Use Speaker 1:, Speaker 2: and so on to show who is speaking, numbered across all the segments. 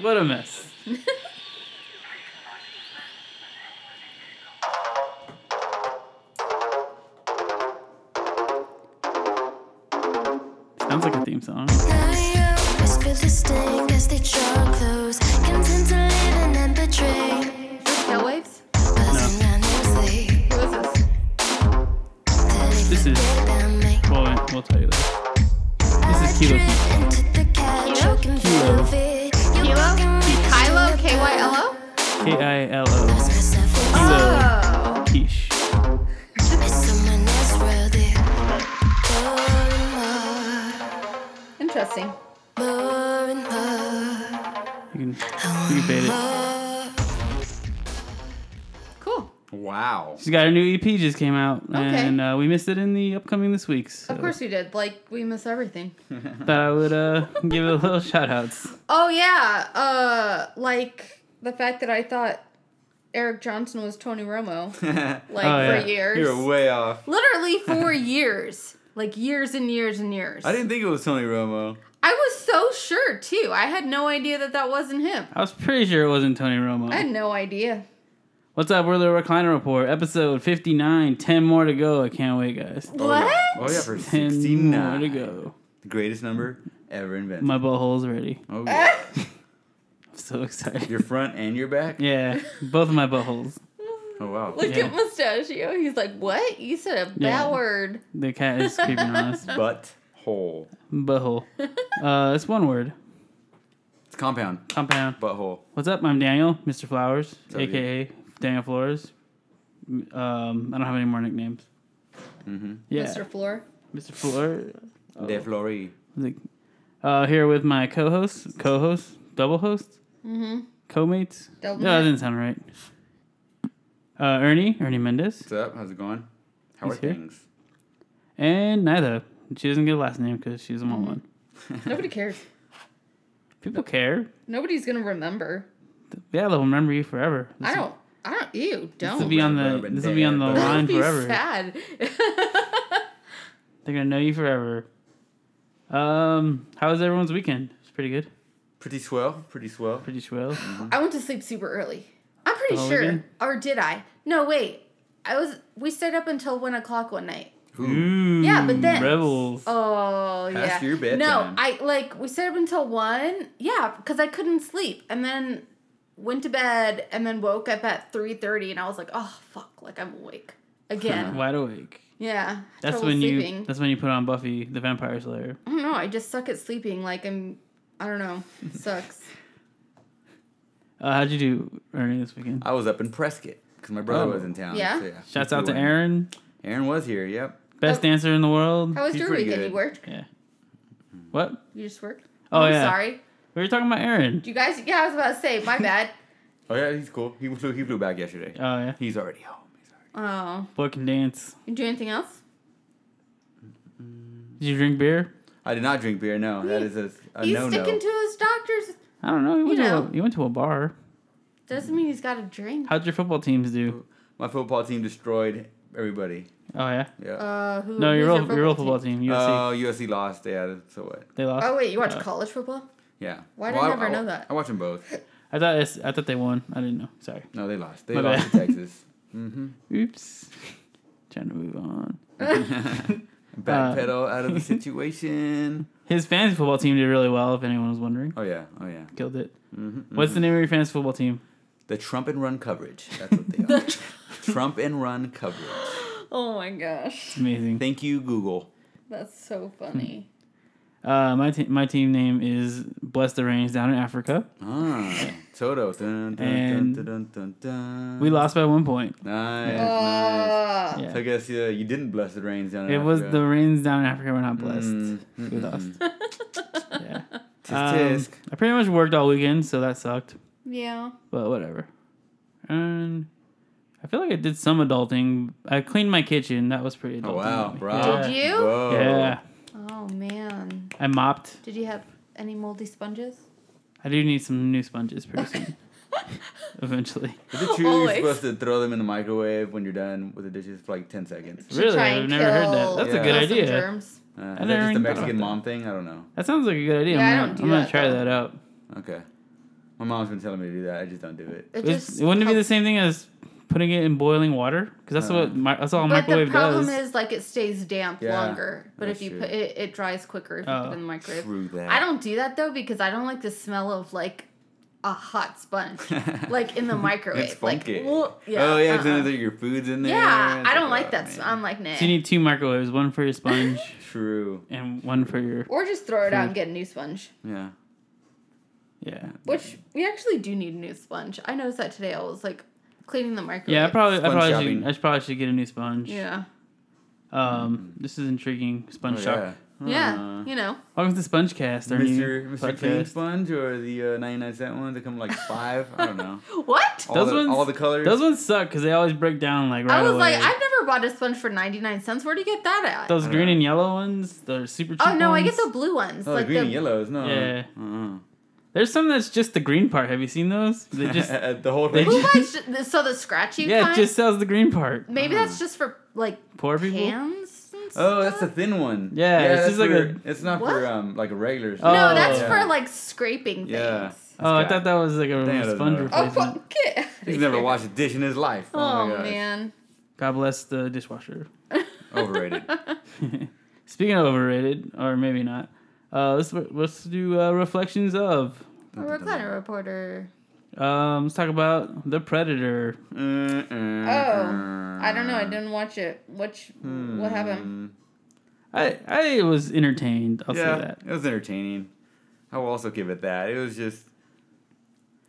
Speaker 1: What a mess. Sounds like a theme song.
Speaker 2: Hellwaves?
Speaker 1: No,
Speaker 2: Who is this?
Speaker 1: this is. Well, we'll tell you later. This is Kilo. Heat. Kilo.
Speaker 2: Kilo? Kylo? K-Y-L-O?
Speaker 1: K I L O. Kilo.
Speaker 2: Oh.
Speaker 1: Quiche.
Speaker 2: Interesting.
Speaker 1: You can, you can bait it.
Speaker 2: Cool.
Speaker 3: Wow.
Speaker 1: She's got her new EP just came out, and
Speaker 2: Okay.
Speaker 1: uh, we missed it in the upcoming this week. So
Speaker 2: Of course we did. Like, we miss everything.
Speaker 1: Thought I would uh, give it a little shout outs.
Speaker 2: Oh, yeah. Uh, like, the fact that I thought Eric Johnson was Tony Romo, like,
Speaker 1: Oh, yeah.
Speaker 2: for years.
Speaker 3: You're way off.
Speaker 2: Literally for years. Like, years and years and years.
Speaker 3: I didn't think it was Tony Romo.
Speaker 2: I was so sure, too. I had no idea that that wasn't him.
Speaker 1: I was pretty sure it wasn't Tony Romo.
Speaker 2: I had no idea.
Speaker 1: What's up? We're the Recliner Report, episode 59. 10 more to go. I can't wait, guys.
Speaker 2: What?
Speaker 3: Oh yeah, for
Speaker 1: 10
Speaker 3: 69.
Speaker 1: more to go.
Speaker 3: The greatest number ever invented.
Speaker 1: My butthole's ready.
Speaker 3: oh, yeah.
Speaker 1: I'm so excited.
Speaker 3: your front and your back.
Speaker 1: yeah, both of my buttholes.
Speaker 3: Oh wow.
Speaker 2: Look
Speaker 1: Yeah.
Speaker 2: at Mustachio. He's like, what? You said a bad
Speaker 1: Yeah.
Speaker 2: word.
Speaker 1: The cat is creeping on us.
Speaker 3: Butt hole.
Speaker 1: Butthole. Uh, it's one word.
Speaker 3: It's compound.
Speaker 1: Compound.
Speaker 3: Butthole.
Speaker 1: What's up? I'm Daniel, Mr. Flowers,
Speaker 3: up, dude?
Speaker 1: aka Daniel Flores. M- Um, I don't have any more nicknames. Mm-hmm. Yeah,
Speaker 2: Mr. Floor.
Speaker 1: Mr. Flores. Oh.
Speaker 3: De Flori.
Speaker 1: Like, uh, here with my co-host, co-host, double host, mm-hmm. co-mates.
Speaker 2: Double
Speaker 1: no, that
Speaker 2: mate.
Speaker 1: didn't sound right. Uh, Ernie, Ernie Mendez,
Speaker 3: What's up? How's it going? How
Speaker 1: He's
Speaker 3: are
Speaker 1: here.
Speaker 3: things?
Speaker 1: and Nyla. She doesn't get a last name because she doesn't want
Speaker 2: Mm-hmm.
Speaker 1: one.
Speaker 2: Nobody cares.
Speaker 1: People care.
Speaker 2: Nobody's gonna remember.
Speaker 1: Yeah, they'll remember you forever.
Speaker 2: I don't. I don't. Ew.
Speaker 1: This will
Speaker 2: Don't.
Speaker 1: be on the.
Speaker 3: Remember
Speaker 1: This will be on the
Speaker 3: never.
Speaker 2: That would
Speaker 1: line
Speaker 2: be
Speaker 1: forever.
Speaker 2: sad.
Speaker 1: They're gonna know you forever. Um, how was everyone's weekend? It's pretty good.
Speaker 3: Pretty swell. Pretty swell.
Speaker 1: Pretty swell.
Speaker 2: I went to sleep super early. I'm pretty
Speaker 1: The whole
Speaker 2: sure.
Speaker 1: weekend?
Speaker 2: Or did I? No, wait. I was. We stayed up until one o'clock one night.
Speaker 3: Ooh.
Speaker 2: Yeah, but then-
Speaker 1: rebels.
Speaker 2: Oh
Speaker 3: Past
Speaker 2: yeah.
Speaker 3: your bedtime.
Speaker 2: No, I like we stayed up until one. Yeah, because I couldn't sleep, and then went to bed, and then woke up at three thirty, and I was like, oh fuck, like I'm awake again.
Speaker 1: Wide awake.
Speaker 2: yeah.
Speaker 1: That's
Speaker 2: trouble
Speaker 1: when
Speaker 2: sleeping.
Speaker 1: you. That's when you put on Buffy the Vampire Slayer.
Speaker 2: I don't know. I just suck at sleeping. Like I'm. I don't know. It sucks.
Speaker 1: Uh, how'd you do, Ernie, this weekend?
Speaker 3: I was up in Prescott because my brother
Speaker 1: Oh.
Speaker 3: was in town.
Speaker 2: Yeah?
Speaker 3: so
Speaker 1: Shouts out to
Speaker 3: Flew in.
Speaker 1: Aaron,
Speaker 3: Aaron was here. Yep.
Speaker 1: best
Speaker 2: Oh.
Speaker 1: dancer in the world.
Speaker 2: How was
Speaker 3: He's
Speaker 2: your
Speaker 3: pretty
Speaker 2: weekend?
Speaker 3: good.
Speaker 2: You worked?
Speaker 1: Yeah. What?
Speaker 2: You just worked?
Speaker 1: Oh,
Speaker 2: I'm
Speaker 1: yeah.
Speaker 2: Sorry.
Speaker 1: We were talking about Aaron.
Speaker 2: You guys. Yeah, I was about to say. My bad.
Speaker 3: Oh yeah, he's cool. He flew. He flew back yesterday.
Speaker 1: Oh yeah,
Speaker 3: He's already home. He's already.
Speaker 2: Oh,
Speaker 1: boy can dance.
Speaker 2: you do anything else?
Speaker 1: Did you drink beer?
Speaker 3: I did not drink beer. No, that is a, a
Speaker 2: he's
Speaker 3: no no.
Speaker 2: sticking to his doctor's.
Speaker 1: I don't know. You went,
Speaker 2: You
Speaker 1: to,
Speaker 2: know.
Speaker 1: a, you went to a bar.
Speaker 2: Doesn't mean he's got a drink.
Speaker 1: How'd your football teams do?
Speaker 3: My football team destroyed everybody.
Speaker 1: Oh yeah.
Speaker 3: Yeah.
Speaker 2: Uh, who?
Speaker 1: No,
Speaker 2: who's
Speaker 1: your real, your real football team. USC.
Speaker 3: Oh, USC lost. Yeah, so what?
Speaker 1: they lost.
Speaker 2: Uh, Oh wait, you watch
Speaker 1: Uh,
Speaker 2: college football?
Speaker 3: Yeah.
Speaker 2: Why did I never know that?
Speaker 3: I watch them both.
Speaker 1: I thought it's- I thought they won. I didn't know. Sorry.
Speaker 3: No, they lost. They
Speaker 1: My
Speaker 3: lost to
Speaker 1: bad.
Speaker 3: Texas. Mm-hmm.
Speaker 1: Oops. Trying to move on. Uh,
Speaker 3: Backpedal out of the situation.
Speaker 1: His fantasy football team did really well. If anyone was wondering,
Speaker 3: Oh yeah. Oh yeah. Mm-hmm.
Speaker 1: killed it. What's the name of your fantasy football team?
Speaker 3: The Trump and run coverage. That's what they are. Trump and run coverage.
Speaker 2: Oh my gosh,
Speaker 1: It's amazing.
Speaker 3: Thank you, Google.
Speaker 2: that's so funny.
Speaker 1: Uh, my te- my team name is Bless the Rains down in Africa.
Speaker 3: Ah, Toto. Dun, dun, dun,
Speaker 1: And
Speaker 3: dun, dun, dun, dun.
Speaker 1: We lost by one point.
Speaker 3: Nice, nice.
Speaker 2: Uh,
Speaker 1: Yeah.
Speaker 3: So I guess yeah, you didn't bless the rains down in
Speaker 1: It was the
Speaker 3: Africa.
Speaker 1: rains down in Africa. We're not blessed.
Speaker 3: Mm,
Speaker 1: We lost. yeah. Um,
Speaker 3: Tisk, tisk.
Speaker 1: I pretty much worked all weekend, so that sucked.
Speaker 2: yeah.
Speaker 1: But whatever. And I feel like I did some adulting. I cleaned my kitchen. That was pretty adulting.
Speaker 3: Oh wow,
Speaker 1: of me.
Speaker 3: bro.
Speaker 1: Yeah.
Speaker 2: Did you?
Speaker 3: Whoa.
Speaker 1: Yeah.
Speaker 2: Oh man,
Speaker 1: I mopped.
Speaker 2: did you have any moldy sponges?
Speaker 1: I do need some new sponges pretty soon. Eventually.
Speaker 3: Is it true
Speaker 2: Always.
Speaker 3: you're supposed to throw them in the microwave when you're done with the dishes for like ten seconds?
Speaker 2: To
Speaker 1: really?
Speaker 2: try and
Speaker 1: I've never heard that.
Speaker 2: kill-
Speaker 1: That's
Speaker 3: Yeah.
Speaker 1: a good
Speaker 2: kill some
Speaker 1: idea.
Speaker 2: Germs.
Speaker 3: Uh, is
Speaker 1: never
Speaker 3: that just a
Speaker 1: even thought
Speaker 3: Mexican
Speaker 1: about
Speaker 3: mom thing? I don't know.
Speaker 1: That sounds like a good idea.
Speaker 2: Yeah, I
Speaker 1: I'm,
Speaker 2: don't
Speaker 1: gonna,
Speaker 2: do
Speaker 1: I'm gonna
Speaker 2: that,
Speaker 1: try
Speaker 2: though.
Speaker 1: that out.
Speaker 3: Okay. My mom's been telling me to do that. I just don't do it.
Speaker 2: It
Speaker 1: It's-
Speaker 2: just
Speaker 1: it wouldn't it be the
Speaker 2: helps.
Speaker 1: same thing as putting it in boiling water because that's
Speaker 3: Uh,
Speaker 1: what mi- that's all a
Speaker 2: But the
Speaker 1: microwave
Speaker 2: problem
Speaker 1: does.
Speaker 2: is like it stays damp
Speaker 3: Yeah,
Speaker 2: longer. But if
Speaker 3: that's
Speaker 2: you
Speaker 3: true.
Speaker 2: put it, it dries quicker if you put
Speaker 1: Oh,
Speaker 2: it in the microwave.
Speaker 3: True that.
Speaker 2: I don't do that though because I don't like the smell of like a hot sponge, like in the microwave.
Speaker 3: It's funky.
Speaker 2: Like, well, yeah.
Speaker 3: oh yeah,
Speaker 2: uh-uh.
Speaker 3: because then your food's in there.
Speaker 2: yeah.
Speaker 3: It's
Speaker 2: I don't
Speaker 3: like,
Speaker 2: like
Speaker 3: oh,
Speaker 2: that.
Speaker 3: man.
Speaker 2: sm- I'm like nah.
Speaker 1: so you need two microwaves, one for your sponge
Speaker 3: True.
Speaker 1: and one for your
Speaker 2: or just throw it out and get a new sponge.
Speaker 3: Yeah.
Speaker 1: yeah.
Speaker 2: Which we actually do need a new sponge. I noticed that today. I was like cleaning the microwave.
Speaker 1: Yeah, I probably, I
Speaker 3: Sponge
Speaker 1: probably,
Speaker 3: shopping.
Speaker 1: should, I should- probably should get a new sponge.
Speaker 2: Yeah.
Speaker 1: Um, this is intriguing. Sponge
Speaker 3: Oh,
Speaker 1: shop.
Speaker 3: yeah.
Speaker 2: Yeah.
Speaker 3: Uh,
Speaker 2: You know.
Speaker 1: Welcome to SpongeCast, our new
Speaker 3: Mr. Mr. Clean
Speaker 1: podcast.
Speaker 3: Sponge or the uh, 99 cent ones that come like five? I don't know.
Speaker 2: What?
Speaker 3: All
Speaker 1: Those
Speaker 3: the,
Speaker 1: ones-
Speaker 3: all the colors.
Speaker 1: Those ones suck because they always break down like right
Speaker 2: I was
Speaker 1: away.
Speaker 2: like, I've never bought a sponge for 99 cents. Where do you get that at?
Speaker 1: Those
Speaker 3: I
Speaker 1: green
Speaker 3: know.
Speaker 1: and yellow ones, they're super cheap.
Speaker 2: oh, no, I get the
Speaker 1: ones.
Speaker 2: blue ones.
Speaker 3: Oh,
Speaker 2: like
Speaker 3: the green
Speaker 2: the,
Speaker 3: and yellows. No.
Speaker 1: Yeah.
Speaker 3: Uh-uh.
Speaker 1: There's some that's just the green part. Have you seen those? They just
Speaker 3: the whole
Speaker 1: they
Speaker 3: thing.
Speaker 2: Who
Speaker 1: just-
Speaker 2: buys j- so the scratchy
Speaker 1: yeah, it
Speaker 2: kind?
Speaker 1: just sells the green part.
Speaker 2: Maybe that's just for like
Speaker 1: Poor people.
Speaker 2: cans. and
Speaker 3: Oh, that's the
Speaker 2: stuff?
Speaker 3: thin one.
Speaker 1: Yeah, it's
Speaker 3: that's
Speaker 1: just like
Speaker 3: for-
Speaker 1: a-
Speaker 3: It's not
Speaker 2: What?
Speaker 3: for um like a regular.
Speaker 1: Oh.
Speaker 2: No, that's
Speaker 1: Yeah.
Speaker 2: for like scraping
Speaker 3: Yeah.
Speaker 2: things.
Speaker 1: Oh, I
Speaker 3: guy.
Speaker 1: thought that was like a
Speaker 3: Damn, doesn't
Speaker 1: sponge
Speaker 3: know.
Speaker 2: Oh,
Speaker 1: replacement.
Speaker 2: fuck it.
Speaker 3: He's never washed a dish in his life. Oh,
Speaker 2: Oh,
Speaker 3: my gosh.
Speaker 2: man.
Speaker 1: God bless the dishwasher.
Speaker 3: Overrated.
Speaker 1: Speaking of overrated, or maybe not, uh, let's let's do uh, reflections of.
Speaker 2: A recliner reporter.
Speaker 1: Um, let's talk about the Predator.
Speaker 3: Mm-mm.
Speaker 2: Oh, I don't know. I
Speaker 3: Uh,
Speaker 2: didn't watch it. Which, what happened?
Speaker 3: Mm.
Speaker 1: I I was entertained. I'll
Speaker 3: yeah,
Speaker 1: say that.
Speaker 3: it was entertaining. I will also give it that. It was just.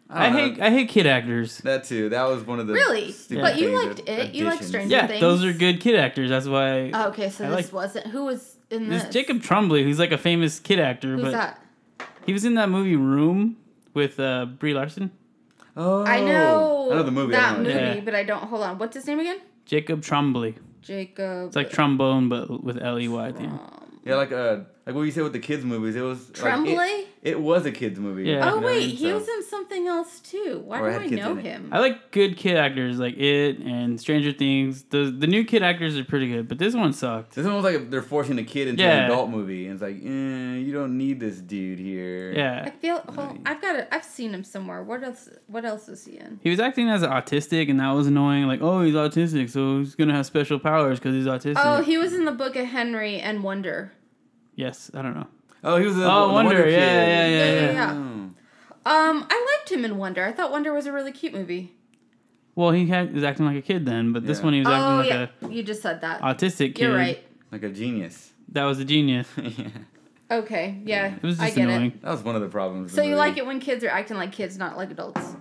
Speaker 1: I,
Speaker 3: don't know.
Speaker 1: hate I hate kid actors.
Speaker 3: that too. That was one of the
Speaker 2: Really?
Speaker 3: stupid
Speaker 1: But
Speaker 2: you
Speaker 3: things
Speaker 2: liked
Speaker 3: of-
Speaker 2: it. You liked
Speaker 3: additions.
Speaker 2: Stranger-
Speaker 1: Yeah, those are
Speaker 2: things.
Speaker 1: good kid actors. That's why.
Speaker 2: Oh, okay, so
Speaker 1: I
Speaker 2: this
Speaker 1: like-
Speaker 2: wasn't. Who was in this?
Speaker 1: There's Jacob Tremblay, who's like a famous kid actor,
Speaker 2: Who's
Speaker 1: but
Speaker 2: that?
Speaker 1: he was in that movie Room with uh, Brie Larson.
Speaker 3: Oh,
Speaker 2: I know.
Speaker 3: I know the movie. I
Speaker 2: That
Speaker 3: don't know
Speaker 2: movie,
Speaker 3: it.
Speaker 1: Yeah.
Speaker 2: but I don't. Hold on. What's his name again?
Speaker 1: Jacob Tremblay.
Speaker 2: Jacob.
Speaker 1: It's like
Speaker 2: Uh,
Speaker 1: trombone, but with L E Y at the end.
Speaker 2: um,
Speaker 3: Yeah, like uh, like what you said with the kids movies. It was
Speaker 2: Tremblay.
Speaker 3: Like, it, it was a kids movie.
Speaker 1: Yeah.
Speaker 3: you know
Speaker 2: oh
Speaker 3: what I
Speaker 2: wait,
Speaker 3: mean?
Speaker 2: he
Speaker 3: So-
Speaker 2: was in something else too. Why
Speaker 3: Or
Speaker 2: do
Speaker 3: had
Speaker 2: I
Speaker 3: kids
Speaker 2: know
Speaker 3: in it.
Speaker 2: him?
Speaker 1: I like good kid actors like it and Stranger Things. The the new kid actors are pretty good, but this one sucked.
Speaker 3: This one was like they're forcing a kid into
Speaker 1: Yeah.
Speaker 3: an adult movie, and it's like, eh, you don't need this dude here.
Speaker 2: I
Speaker 1: Yeah.
Speaker 2: feel. Well, I've got. it. I've seen him somewhere. What else? What else is he in?
Speaker 1: He was acting as autistic, and that was annoying. Like, oh, he's autistic, so he's gonna have special powers because he's autistic.
Speaker 2: Oh, he was in the Book of Henry and Wonder.
Speaker 1: yes, I don't know.
Speaker 3: Oh, he was. A,
Speaker 1: Oh,
Speaker 3: the
Speaker 1: Wonder,
Speaker 3: Kid. Oh,
Speaker 1: yeah, yeah, yeah,
Speaker 2: Yeah, yeah, yeah. yeah. Um, I liked him in Wonder. I thought Wonder was a really cute movie.
Speaker 1: Well, he had, was acting like a kid then, but this
Speaker 3: Yeah.
Speaker 1: one he was acting
Speaker 2: oh
Speaker 1: like
Speaker 2: yeah, you just said that.
Speaker 1: a autistic kid.
Speaker 2: You're right.
Speaker 3: Like a genius.
Speaker 1: That was a genius.
Speaker 3: yeah.
Speaker 2: Okay, yeah,
Speaker 1: It was
Speaker 2: I
Speaker 1: just
Speaker 2: get
Speaker 1: annoying.
Speaker 2: it.
Speaker 3: That was one of the problems.
Speaker 2: So you like it when kids are acting like kids, not like adults.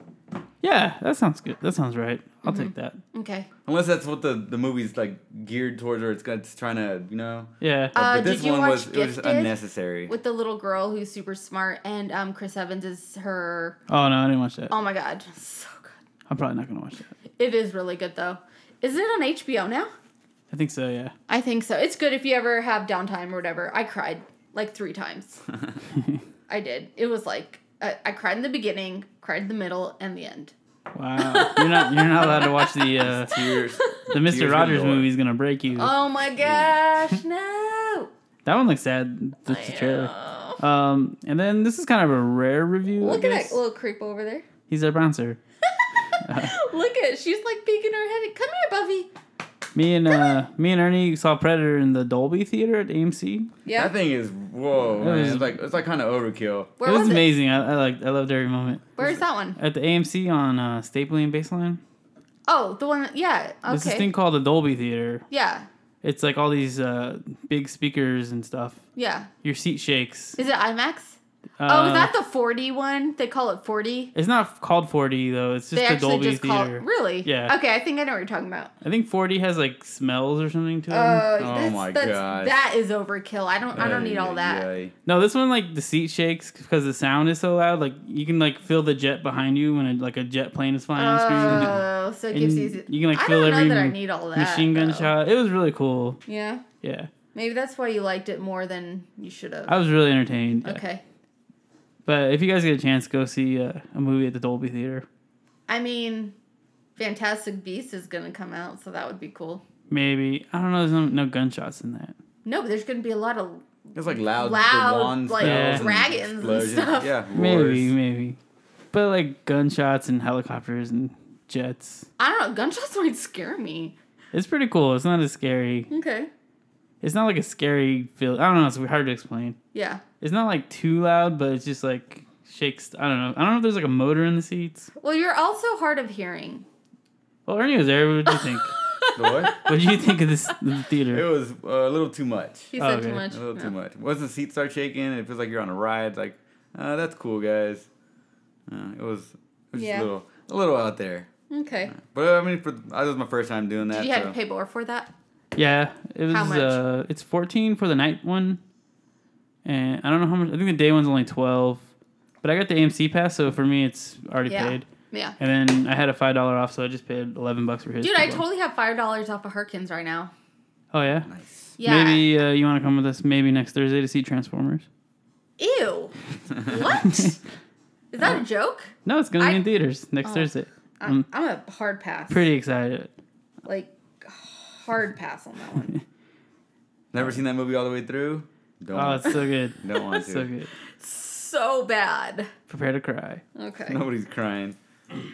Speaker 1: Yeah, that sounds good. That sounds right. I'll
Speaker 2: Mm-hmm.
Speaker 1: take that.
Speaker 2: Okay.
Speaker 3: Unless that's what the, the movie's like geared towards, or it's, got- it's trying to, you know.
Speaker 1: Yeah.
Speaker 2: Uh,
Speaker 3: but this
Speaker 2: did you
Speaker 3: one
Speaker 2: watch
Speaker 3: was it was just
Speaker 2: Gifted?
Speaker 3: unnecessary.
Speaker 2: With the little girl who's super smart, and um, Chris Evans is her.
Speaker 1: oh no, I didn't watch that.
Speaker 2: Oh my god, so good.
Speaker 1: I'm probably not gonna watch that.
Speaker 2: It is really good though. Is it on HBO now?
Speaker 1: I think so. Yeah.
Speaker 2: I think so. It's good if you ever have downtime or whatever. I cried like three times. I did. It was like I, I cried in the beginning, cried in the middle, and the end.
Speaker 1: Wow. you're not. You're not allowed to watch the uh,
Speaker 3: Tears.
Speaker 1: the
Speaker 3: Tears
Speaker 1: Mister
Speaker 3: of
Speaker 1: Rogers
Speaker 3: Joy.
Speaker 1: movie. Is gonna break you.
Speaker 2: Oh my gosh, no!
Speaker 1: That one looks sad. Just the trailer.
Speaker 2: Yeah.
Speaker 1: Um, and then this is kind of a rare review. I
Speaker 2: Look at that
Speaker 1: guess.
Speaker 2: little creep over there.
Speaker 1: He's our bouncer. Uh-huh.
Speaker 2: Look at she's like peeking her head. Come here, Buffy.
Speaker 1: Me and uh, me and Ernie saw Predator in the Dolby Theater at AMC.
Speaker 2: Yeah.
Speaker 3: That thing is whoa. man.
Speaker 1: was-
Speaker 3: It's like it's like kind of overkill.
Speaker 2: Where
Speaker 1: it was,
Speaker 2: was it?
Speaker 1: amazing. I, I liked. I loved every moment.
Speaker 2: Where is that one?
Speaker 1: At the AMC on uh, Stapley and Baseline.
Speaker 2: Oh, the one. Yeah.
Speaker 1: There's this
Speaker 2: Okay.
Speaker 1: thing called the Dolby Theater.
Speaker 2: yeah.
Speaker 1: It's like all these uh, big speakers and stuff.
Speaker 2: Yeah.
Speaker 1: Your seat shakes.
Speaker 2: Is it IMAX?
Speaker 1: Uh,
Speaker 2: Oh, is that the 40 one? They call it 40.
Speaker 1: It's not called 4D though. It's
Speaker 2: They
Speaker 1: just the
Speaker 2: actually
Speaker 1: Dolby
Speaker 2: just call
Speaker 1: Theater.
Speaker 2: it really.
Speaker 1: Yeah.
Speaker 2: Okay, I think I know what you're talking about.
Speaker 1: I think 4D has like smells or something to it.
Speaker 2: Uh,
Speaker 3: Oh
Speaker 2: that's,
Speaker 3: my
Speaker 2: that's,
Speaker 3: gosh.
Speaker 2: That is overkill. I don't. I
Speaker 3: Uh,
Speaker 2: don't need all that.
Speaker 3: Ay,
Speaker 1: no, this one like the seat shakes because the sound is so loud. Like you can like feel the jet behind you when a, like a jet plane is flying on screen.
Speaker 2: Oh, so it gives
Speaker 1: And
Speaker 2: you.
Speaker 1: you can, like,
Speaker 2: I
Speaker 1: feel
Speaker 2: don't
Speaker 1: every
Speaker 2: know that I
Speaker 1: m-
Speaker 2: need all that.
Speaker 1: Machine gun
Speaker 2: though.
Speaker 1: shot. It was really cool.
Speaker 2: Yeah.
Speaker 1: Yeah,
Speaker 2: Maybe that's why you liked it more than you should have.
Speaker 1: I was really entertained. yeah.
Speaker 2: Okay.
Speaker 1: But if you guys get a chance, go see uh, a movie at the Dolby Theater.
Speaker 2: I mean, Fantastic Beast is gonna come out, so that would be cool.
Speaker 1: Maybe I don't know. There's no, no gunshots in that.
Speaker 2: No, but there's gonna be a lot of
Speaker 3: It's like loud,
Speaker 2: Loud,
Speaker 3: the wands,
Speaker 2: like,
Speaker 3: bells,
Speaker 1: dragons
Speaker 2: and
Speaker 3: explosions.
Speaker 2: stuff.
Speaker 3: Yeah,
Speaker 1: Maybe
Speaker 3: roars.
Speaker 1: maybe. But like gunshots and helicopters and jets.
Speaker 2: I don't know. Gunshots might scare me.
Speaker 1: It's pretty cool. It's not as scary.
Speaker 2: Okay.
Speaker 1: It's not like a scary feel. I don't know. It's hard to explain.
Speaker 2: Yeah.
Speaker 1: It's not like too loud, but it's just like shakes. I don't know. I don't know if there's like a motor in the seats.
Speaker 2: Well, you're also hard of hearing.
Speaker 1: Well, Ernie was there. What did you think?
Speaker 3: The what?
Speaker 1: what did you think of this the
Speaker 3: It
Speaker 1: theater?
Speaker 3: was uh, a little too much.
Speaker 2: He
Speaker 1: Oh,
Speaker 2: said
Speaker 1: okay.
Speaker 2: too much.
Speaker 3: A little
Speaker 2: No.
Speaker 3: too much. Once the seats start shaking, it feels like you're on a ride. It's like, uh, that's cool, guys. Uh, it was, it was just
Speaker 2: Yeah.
Speaker 3: a little, a little out there.
Speaker 2: Okay.
Speaker 3: But I mean, for, I was my first time doing that.
Speaker 2: Did you have to
Speaker 3: so-
Speaker 2: pay more for that?
Speaker 1: Yeah, it was.
Speaker 2: How much?
Speaker 1: Uh, it's fourteen for the night one, and I don't know how much. I think the day one's only twelve, but I got the AMC pass, so for me it's already
Speaker 2: Yeah.
Speaker 1: paid.
Speaker 2: Yeah.
Speaker 1: And then I had a five dollar off, so I just paid eleven bucks for his.
Speaker 2: Dude, I
Speaker 1: people.
Speaker 2: totally have five dollars off of Harkins right now.
Speaker 1: Oh yeah.
Speaker 3: Nice.
Speaker 2: Yeah.
Speaker 1: Maybe uh, you want to come with us? Maybe next Thursday to see Transformers.
Speaker 2: Ew. What? Is that a joke?
Speaker 1: No, it's gonna
Speaker 2: I-
Speaker 1: be in theaters next
Speaker 2: Oh.
Speaker 1: Thursday.
Speaker 2: I'm,
Speaker 1: I'm
Speaker 2: I'm a hard pass.
Speaker 1: Mm. pretty excited.
Speaker 2: Like hard pass on that one.
Speaker 3: Never seen that movie all the way through. Don't.
Speaker 1: Oh,
Speaker 3: want-
Speaker 1: it's so good. Oh,
Speaker 3: don't want to.
Speaker 1: so good.
Speaker 2: so bad.
Speaker 1: Prepare to cry.
Speaker 2: Okay.
Speaker 3: Nobody's crying.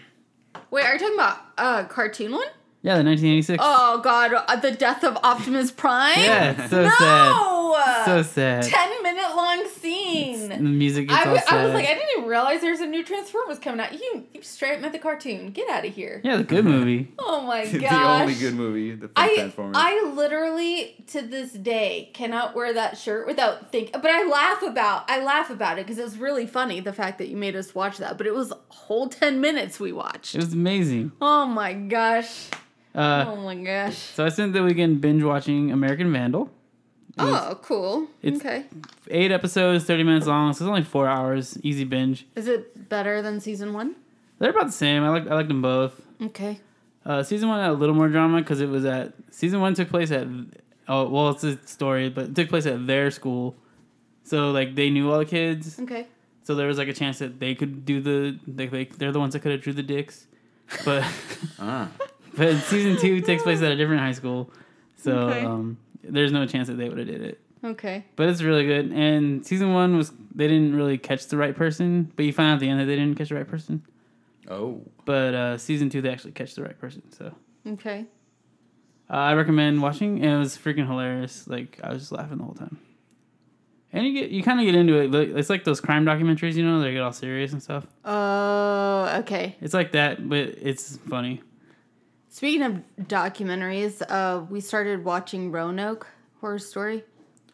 Speaker 2: Wait, are you talking about a uh, cartoon one?
Speaker 1: Yeah, the 1986.
Speaker 2: Oh god, uh, the death of Optimus Prime.
Speaker 1: yeah, it's so sad.
Speaker 2: no.
Speaker 1: So sad.
Speaker 2: Ten minute long scene.
Speaker 1: And the music gets
Speaker 2: I
Speaker 1: all
Speaker 2: was,
Speaker 1: sad.
Speaker 2: I was like, I didn't even realize there's a new Transformers coming out. You, you straight meant the cartoon. Get out of here.
Speaker 1: yeah, the good movie.
Speaker 2: Oh my gosh.
Speaker 3: the only good movie, the first
Speaker 2: I,
Speaker 3: Transformers.
Speaker 2: I literally to this day cannot wear that shirt without think but I laugh about I laugh about it because it was really funny the fact that you made us watch that but it was a whole 10 minutes we watched
Speaker 1: It was amazing.
Speaker 2: oh my gosh
Speaker 1: Uh,
Speaker 2: oh my gosh
Speaker 1: So I spent the weekend binge watching American Vandal.
Speaker 2: oh cool
Speaker 1: it's-
Speaker 2: okay
Speaker 1: Eight episodes, 30 minutes long, so it's only four hours. Easy binge.
Speaker 2: is it better than season one
Speaker 1: They're about the same. I like I liked them both.
Speaker 2: okay
Speaker 1: Uh, season one had a little more drama because it was at season one took place at oh well it's a story but it took place at their school, so like they knew all the kids,
Speaker 2: okay
Speaker 1: so there was like a chance that they could do the they, they they're the ones that could have drew the dicks, but
Speaker 3: Ah.
Speaker 1: but season two takes place at a different high school, so
Speaker 2: Okay.
Speaker 1: um, there's no chance that they would have did it.
Speaker 2: okay
Speaker 1: But it's really good. And season one was they didn't really catch the right person, but you find out at the end that they didn't catch the right person.
Speaker 3: Oh.
Speaker 1: But uh, season two they actually catch the right person. So
Speaker 2: okay
Speaker 1: uh, I recommend watching. And it was freaking hilarious. Like I was just laughing the whole time. And you get you kind of get into it. Like, It's like those crime documentaries, you know, they get all serious and stuff.
Speaker 2: oh okay
Speaker 1: It's like that, but it's funny.
Speaker 2: Speaking of documentaries, uh, we started watching Roanoke Horror Story.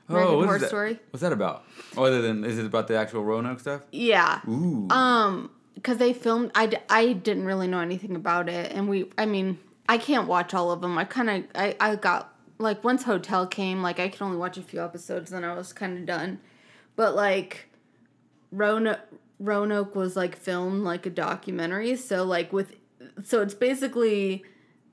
Speaker 2: American
Speaker 3: Oh, what is
Speaker 2: Horror
Speaker 3: that?
Speaker 2: Story.
Speaker 3: What's that about? Other than is it about the actual Roanoke stuff?
Speaker 2: Yeah.
Speaker 3: Ooh.
Speaker 2: Um, because they filmed. I, d- I didn't really know anything about it, and we. I mean, I can't watch all of them. I kind of. I I got like once Hotel came, like I could only watch a few episodes, then I was kind of done. But like, Roanoke Roanoke was like filmed like a documentary, so like with, so it's basically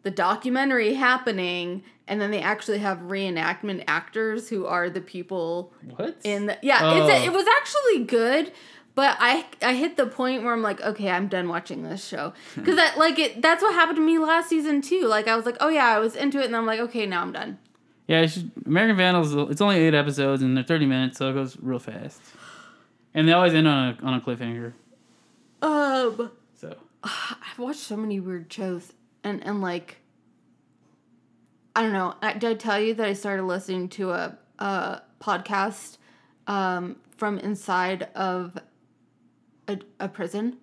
Speaker 2: the documentary happening and then they actually have reenactment actors who are the people
Speaker 1: What?
Speaker 2: in the yeah it's
Speaker 1: Oh.
Speaker 2: it was actually good but i i hit the point where i'm like okay i'm done watching this show because that like it that's what happened to me last season too like i was like oh yeah i was into it and i'm like okay now i'm done
Speaker 1: Yeah, I should, American Vandals. It's only eight episodes and they're thirty minutes, so it goes real fast. And they always end on a on a cliffhanger.
Speaker 2: um
Speaker 1: So
Speaker 2: i've watched so many weird shows and and like i don't know I, did i tell you that i started listening to a a podcast um from inside of a, a prison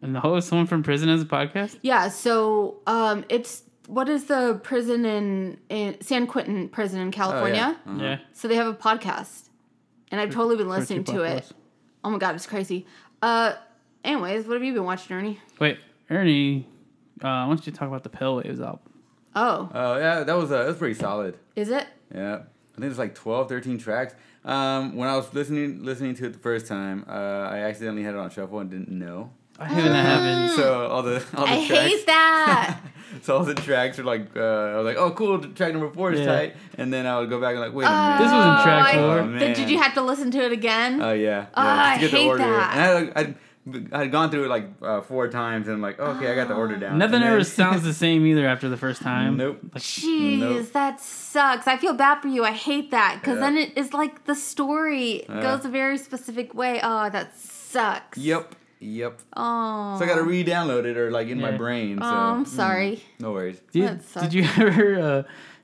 Speaker 1: And the host, someone from prison, has a podcast.
Speaker 2: Yeah, so um it's what is the prison in, in San Quentin prison in California?
Speaker 3: Uh-huh.
Speaker 1: Yeah,
Speaker 2: So they have a podcast. And I've totally been
Speaker 1: Pretty
Speaker 2: listening to it.
Speaker 1: podcast.
Speaker 2: Oh my god, it's crazy. Uh anyways, what have you been watching, Ernie?
Speaker 1: Wait, Ernie, uh, why don't you talk about the Pale Waves album?
Speaker 2: Oh,
Speaker 3: Oh yeah, that was uh, that was pretty solid.
Speaker 2: is it?
Speaker 3: Yeah. I think it's like 12, 13 tracks. Um, when I was listening listening to it the first time, uh, I accidentally had it on shuffle and didn't know.
Speaker 1: I
Speaker 2: Uh,
Speaker 1: hate when that happens.
Speaker 3: So all the all the
Speaker 2: Mm. I
Speaker 3: tracks,
Speaker 2: hate that.
Speaker 3: so all the tracks were like uh, I was like, oh cool, track number four is
Speaker 1: Yeah.
Speaker 3: tight, and then I would go back and like, wait a
Speaker 2: Uh,
Speaker 3: minute,
Speaker 1: This was in track
Speaker 2: I-
Speaker 1: four.
Speaker 3: Oh,
Speaker 2: Then did you
Speaker 3: man.
Speaker 2: have to listen to it again?
Speaker 3: Oh yeah.
Speaker 2: Oh,
Speaker 3: yeah,
Speaker 2: I hate that.
Speaker 3: And I, had, like, I'd, I'd gone through it like uh, four times and like okay, I got the order down.
Speaker 1: Nothing
Speaker 3: And then-
Speaker 1: ever sounds the same either after the first time.
Speaker 3: Nope.
Speaker 1: Like,
Speaker 2: Jeez,
Speaker 3: Nope.
Speaker 2: that sucks. I feel bad for you. I hate that because
Speaker 3: Yeah.
Speaker 2: then it is like the story
Speaker 3: Yeah.
Speaker 2: goes a very specific way. Oh, that sucks.
Speaker 3: Yep. Yep.
Speaker 2: Oh.
Speaker 3: So I gotta re-download it or like in my
Speaker 1: Yeah.
Speaker 3: brain. So mm,
Speaker 2: Oh, I'm sorry.
Speaker 3: no worries.
Speaker 1: Did,
Speaker 2: That
Speaker 1: did
Speaker 2: sucks.
Speaker 1: you ever uh,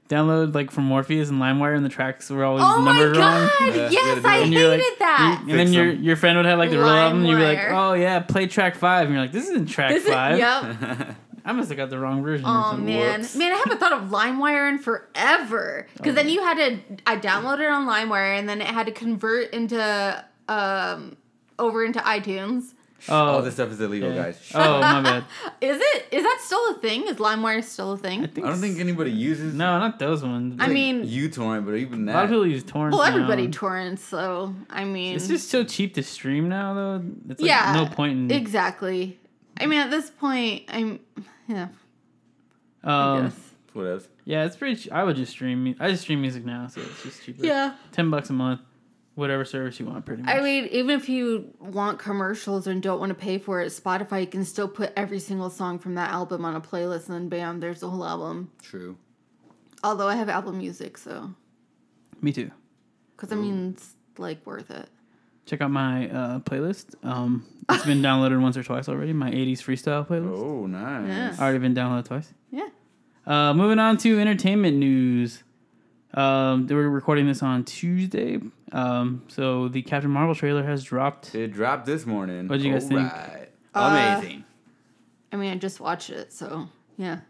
Speaker 1: download like from Morpheus and LimeWire and the tracks were always
Speaker 2: Oh my
Speaker 1: numbered wrong?
Speaker 2: god!
Speaker 3: Yeah,
Speaker 2: yes,
Speaker 3: gotta do
Speaker 2: I
Speaker 3: it.
Speaker 1: And
Speaker 2: hated
Speaker 1: you're like-
Speaker 2: that.
Speaker 1: And then
Speaker 3: Fix
Speaker 1: your
Speaker 3: them.
Speaker 1: your friend would have like the real album, and you'd be like,
Speaker 2: LimeWire.
Speaker 1: "Oh yeah, play track five. and you're like, "This isn't track
Speaker 2: This is-
Speaker 1: five.
Speaker 2: yep.
Speaker 1: I must have got the wrong version." or
Speaker 2: Oh
Speaker 1: something.
Speaker 2: man,
Speaker 1: Whoops.
Speaker 2: man, I haven't thought of LimeWire in forever.
Speaker 1: Oh,
Speaker 2: Because then you had to, I downloaded it on LimeWire, and then it had to convert into, um, over into iTunes.
Speaker 1: Oh,
Speaker 3: All this stuff is illegal,
Speaker 1: yeah.
Speaker 3: guys. Shh.
Speaker 1: Oh my bad.
Speaker 2: Is it? Is that still a thing? Is LimeWire still a thing?
Speaker 1: I, think
Speaker 3: I don't think anybody uses.
Speaker 1: No, not those ones.
Speaker 2: I
Speaker 1: Like,
Speaker 2: mean-
Speaker 3: uTorrent, but even
Speaker 1: a
Speaker 3: that.
Speaker 1: lot of people use torrents.
Speaker 2: well,
Speaker 1: now.
Speaker 2: everybody torrents, so I mean,
Speaker 1: It's just so cheap to stream now, though. It's like
Speaker 2: yeah,
Speaker 1: no point in.
Speaker 2: exactly. I mean, at this point, I'm yeah. I
Speaker 1: um,
Speaker 2: guess.
Speaker 3: what else?
Speaker 1: yeah, it's pretty. Ch- I would just stream. mu- I just stream music now, so it's just cheaper.
Speaker 2: Yeah.
Speaker 1: ten bucks a month, whatever service you want, pretty much.
Speaker 2: I mean, even if you want commercials and don't want to pay for it, Spotify can still put every single song from that album on a playlist, and then bam, there's the whole album.
Speaker 3: True.
Speaker 2: Although I have Apple Music, so
Speaker 1: me too.
Speaker 2: because I mean, it's like worth it.
Speaker 1: Check out my uh, playlist. Um, it's been downloaded once or twice already. My '80s freestyle playlist
Speaker 3: Oh, nice.
Speaker 2: Yeah.
Speaker 1: already been downloaded twice.
Speaker 2: Yeah.
Speaker 1: Uh, moving on to entertainment news. Um, they we're recording this on Tuesday. Um, so the Captain Marvel trailer has dropped.
Speaker 3: It dropped this morning.
Speaker 1: What'd you guys think?
Speaker 3: Alright.
Speaker 2: Uh,
Speaker 3: Amazing.
Speaker 2: I mean, I just watched it, so yeah.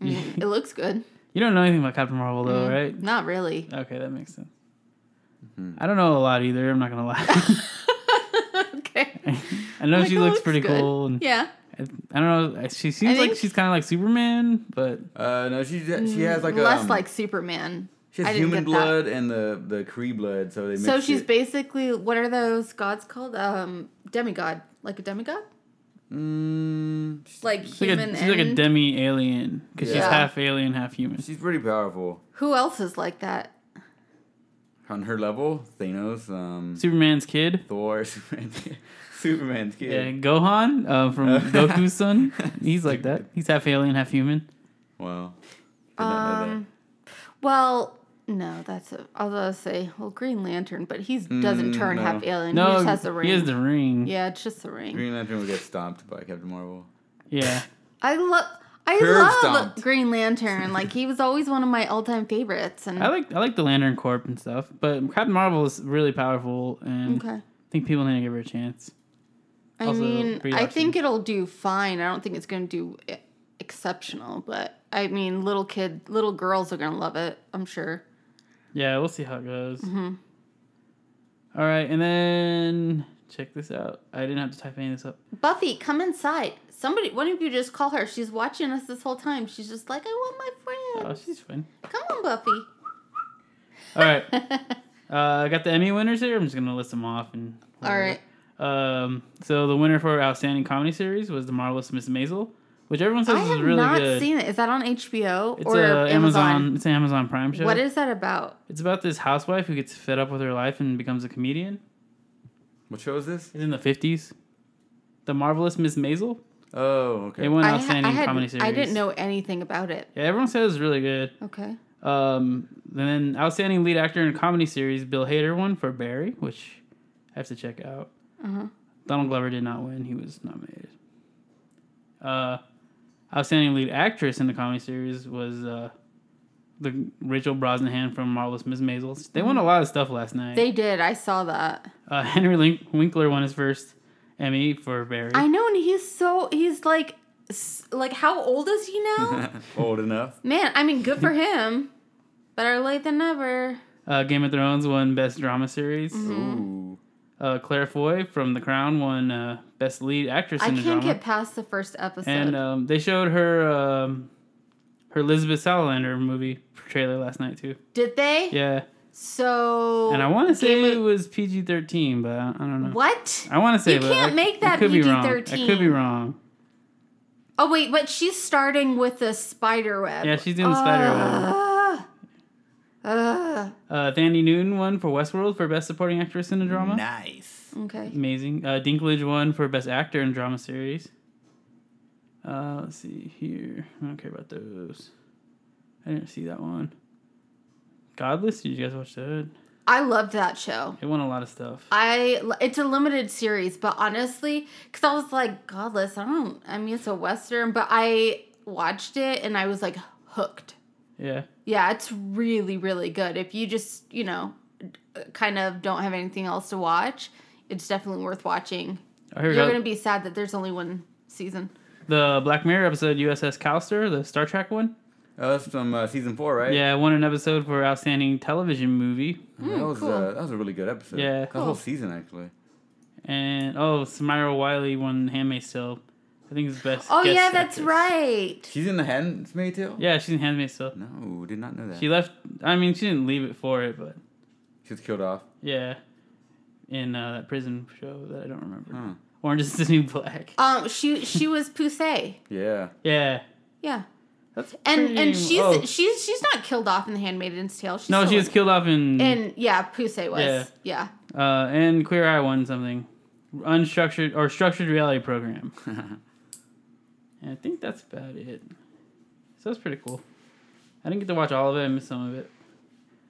Speaker 2: I mean, it looks good.
Speaker 1: You don't know anything about Captain Marvel though, right?
Speaker 2: Not really.
Speaker 1: Okay, that makes sense. I don't know a lot either. I'm not gonna lie.
Speaker 2: okay.
Speaker 1: I know
Speaker 2: Like,
Speaker 1: she
Speaker 2: it
Speaker 1: looks,
Speaker 2: looks
Speaker 1: pretty
Speaker 2: good.
Speaker 1: cool, and
Speaker 2: Yeah.
Speaker 1: I, I don't know. She seems like
Speaker 2: think-
Speaker 1: she's kind of like Superman, but
Speaker 3: Uh, no, she she has like
Speaker 2: mm, Less
Speaker 3: um,
Speaker 2: like Superman.
Speaker 3: she
Speaker 2: I
Speaker 3: has
Speaker 2: didn't
Speaker 3: human
Speaker 2: get that.
Speaker 3: blood and the the Cree blood, so they mix
Speaker 2: So she's
Speaker 3: it.
Speaker 2: basically what are those gods called? Um, demigod, like a demigod,
Speaker 3: Mm,
Speaker 2: like
Speaker 1: she's like
Speaker 2: human.
Speaker 1: a, she's like a
Speaker 2: and-
Speaker 1: demi alien because she's
Speaker 3: Yeah.
Speaker 1: half alien, half human.
Speaker 3: she's pretty powerful
Speaker 2: Who else is like that?
Speaker 3: on her level. Thanos, um,
Speaker 1: Superman's kid.
Speaker 3: Thor, Superman's kid, Superman's kid.
Speaker 1: Yeah, Gohan uh, from Goku's son. He's like that. He's half alien, half human.
Speaker 3: Wow. Did not know that.
Speaker 2: Um, Well, no, that's a, although I say, well, Green Lantern, but he doesn't
Speaker 3: Mm,
Speaker 2: turn
Speaker 3: no.
Speaker 2: half alien. he
Speaker 1: No,
Speaker 2: just has the ring.
Speaker 1: he has the ring. Yeah,
Speaker 2: yeah, it's just the ring.
Speaker 3: Green Lantern will get stomped by Captain Marvel.
Speaker 2: I love. I
Speaker 3: Curb
Speaker 2: love
Speaker 3: stomped.
Speaker 2: Green Lantern. Like he was always one of my all-time favorites. And
Speaker 1: I like I like the Lantern Corp and stuff, but Captain Marvel is really powerful, and
Speaker 2: okay,
Speaker 1: I think people need to give her a chance.
Speaker 2: I
Speaker 1: Also,
Speaker 2: mean, I
Speaker 1: pre-election.
Speaker 2: think it'll do fine. I don't think it's going to do e- exceptional, but I mean, little kid, little girls are going to love it. I'm sure.
Speaker 1: Yeah, we'll see how it goes.
Speaker 2: Mm-hmm.
Speaker 1: All right, and then check this out. I didn't have to type any of this up.
Speaker 2: Buffy, come inside. Somebody, one of you just call her. She's watching us this whole time. She's just like, I want my
Speaker 1: Oh,
Speaker 2: friend.
Speaker 1: she's fine.
Speaker 2: Come on, Buffy.
Speaker 1: All right, uh, I got the Emmy winners here. I'm just gonna list them off and.
Speaker 2: All right.
Speaker 1: Um, so the winner for outstanding comedy series was The Marvelous Miss Maisel, which everyone says
Speaker 2: I
Speaker 1: is
Speaker 2: have
Speaker 1: really
Speaker 2: not
Speaker 1: good.
Speaker 2: seen it. Is that on HBO
Speaker 1: it's
Speaker 2: or
Speaker 1: a
Speaker 2: Amazon?
Speaker 1: It's an Amazon Prime show.
Speaker 2: What is that about?
Speaker 1: It's about this housewife who gets fed up with her life and becomes a comedian.
Speaker 3: What show is this?
Speaker 1: It's in the fifties. The Marvelous Miss Maisel.
Speaker 3: Oh, okay.
Speaker 1: It won
Speaker 2: I, ha-
Speaker 1: outstanding
Speaker 2: I, had,
Speaker 1: comedy series.
Speaker 2: I didn't know anything about it.
Speaker 1: Yeah, everyone says it's really good.
Speaker 2: Okay.
Speaker 1: Um, and then outstanding lead actor in a comedy series, Bill Hader won for Barry, which I have to check out.
Speaker 2: Uh-huh.
Speaker 1: Donald Glover did not win; he was nominated. Uh, outstanding lead actress in the comedy series was uh, the Rachel Brosnahan from Marvelous Miss Maisel. They won a lot of stuff last night.
Speaker 2: They did. I saw that.
Speaker 1: uh, Henry Link- Winkler won his first Emmy for Barry.
Speaker 2: I know, and he's so he's like, s- like how old is he now?
Speaker 3: Old enough.
Speaker 2: Man, I mean, good for him. Better late than never.
Speaker 1: Uh, Game of Thrones won best drama series.
Speaker 2: Mm-hmm.
Speaker 3: Ooh.
Speaker 1: Uh, Claire Foy from The Crown won uh, best lead actress
Speaker 2: I
Speaker 1: in a
Speaker 2: can't
Speaker 1: drama.
Speaker 2: get past the first episode.
Speaker 1: And um, they showed her um, her Elizabeth Salander movie trailer last night too.
Speaker 2: Did they?
Speaker 1: Yeah,
Speaker 2: So.
Speaker 1: and I want to say
Speaker 2: Game
Speaker 1: it
Speaker 2: of-
Speaker 1: was PG thirteen, but I I don't know.
Speaker 2: What?
Speaker 1: I want to say
Speaker 2: You
Speaker 1: but
Speaker 2: can't
Speaker 1: I-
Speaker 2: make
Speaker 1: I
Speaker 2: that
Speaker 1: could be wrong. I could be
Speaker 2: PG-13.
Speaker 1: wrong.
Speaker 2: Oh wait, but she's starting with the spider web. Ah.
Speaker 1: Yeah, she's doing the spider
Speaker 2: Uh.
Speaker 1: web.
Speaker 2: Ugh.
Speaker 1: Uh, Thandi Newton won for Westworld for best supporting actress in a drama.
Speaker 3: Nice.
Speaker 2: Okay.
Speaker 1: Amazing. Uh, Dinklage won for best actor in drama series. Uh, let's see here. I don't care about those. I didn't see that one. Godless. Did you guys watch that?
Speaker 2: I loved that show.
Speaker 1: It won a lot of stuff.
Speaker 2: I it's a limited series, but honestly, because I was like, godless, I don't. I mean, it's a western, but I watched it and I was like hooked.
Speaker 1: Yeah.
Speaker 2: Yeah, it's really really good. If you just you know, kind of don't have anything else to watch, it's definitely worth watching.
Speaker 1: Oh, here we
Speaker 2: You're
Speaker 1: go.
Speaker 2: gonna be sad that there's only one season.
Speaker 1: The Black Mirror episode USS Callister, the Star Trek one.
Speaker 3: Oh, that's from uh, season four, right?
Speaker 1: Yeah, won an episode for outstanding television movie.
Speaker 3: that was
Speaker 2: Mm, cool.
Speaker 3: uh, that was a really good episode.
Speaker 1: Yeah.
Speaker 3: that whole
Speaker 2: Cool.
Speaker 3: season actually.
Speaker 1: And oh, Samira Wiley won Handmaid's Tale. I think it's best.
Speaker 2: Oh
Speaker 1: guest
Speaker 2: yeah, that's
Speaker 1: actress.
Speaker 2: right.
Speaker 3: She's in the Handmaid's Tale.
Speaker 1: Yeah, she's in Handmaid's Tale.
Speaker 3: No, did not know that.
Speaker 1: She
Speaker 3: She
Speaker 1: left. I mean, she didn't leave it for it, but
Speaker 3: was killed off.
Speaker 1: yeah, in uh, that prison show that I don't remember.
Speaker 2: Hmm.
Speaker 3: Huh.
Speaker 1: Orange is the New Black.
Speaker 2: Um, she she was Poussey.
Speaker 3: Yeah.
Speaker 1: Yeah,
Speaker 2: Yeah,
Speaker 1: that's
Speaker 2: and
Speaker 1: pretty-
Speaker 2: and she's
Speaker 1: oh.
Speaker 2: she's she's not killed off in The Handmaid's Tale. She's
Speaker 1: no,
Speaker 2: still
Speaker 1: she was
Speaker 2: in-
Speaker 1: killed off in
Speaker 2: And yeah, Poussey was.
Speaker 1: Yeah.
Speaker 2: Yeah.
Speaker 1: uh, and Queer Eye won something, unstructured or structured reality program. and I think that's about it. So that's pretty cool. I didn't get to watch all of it. I missed some of it.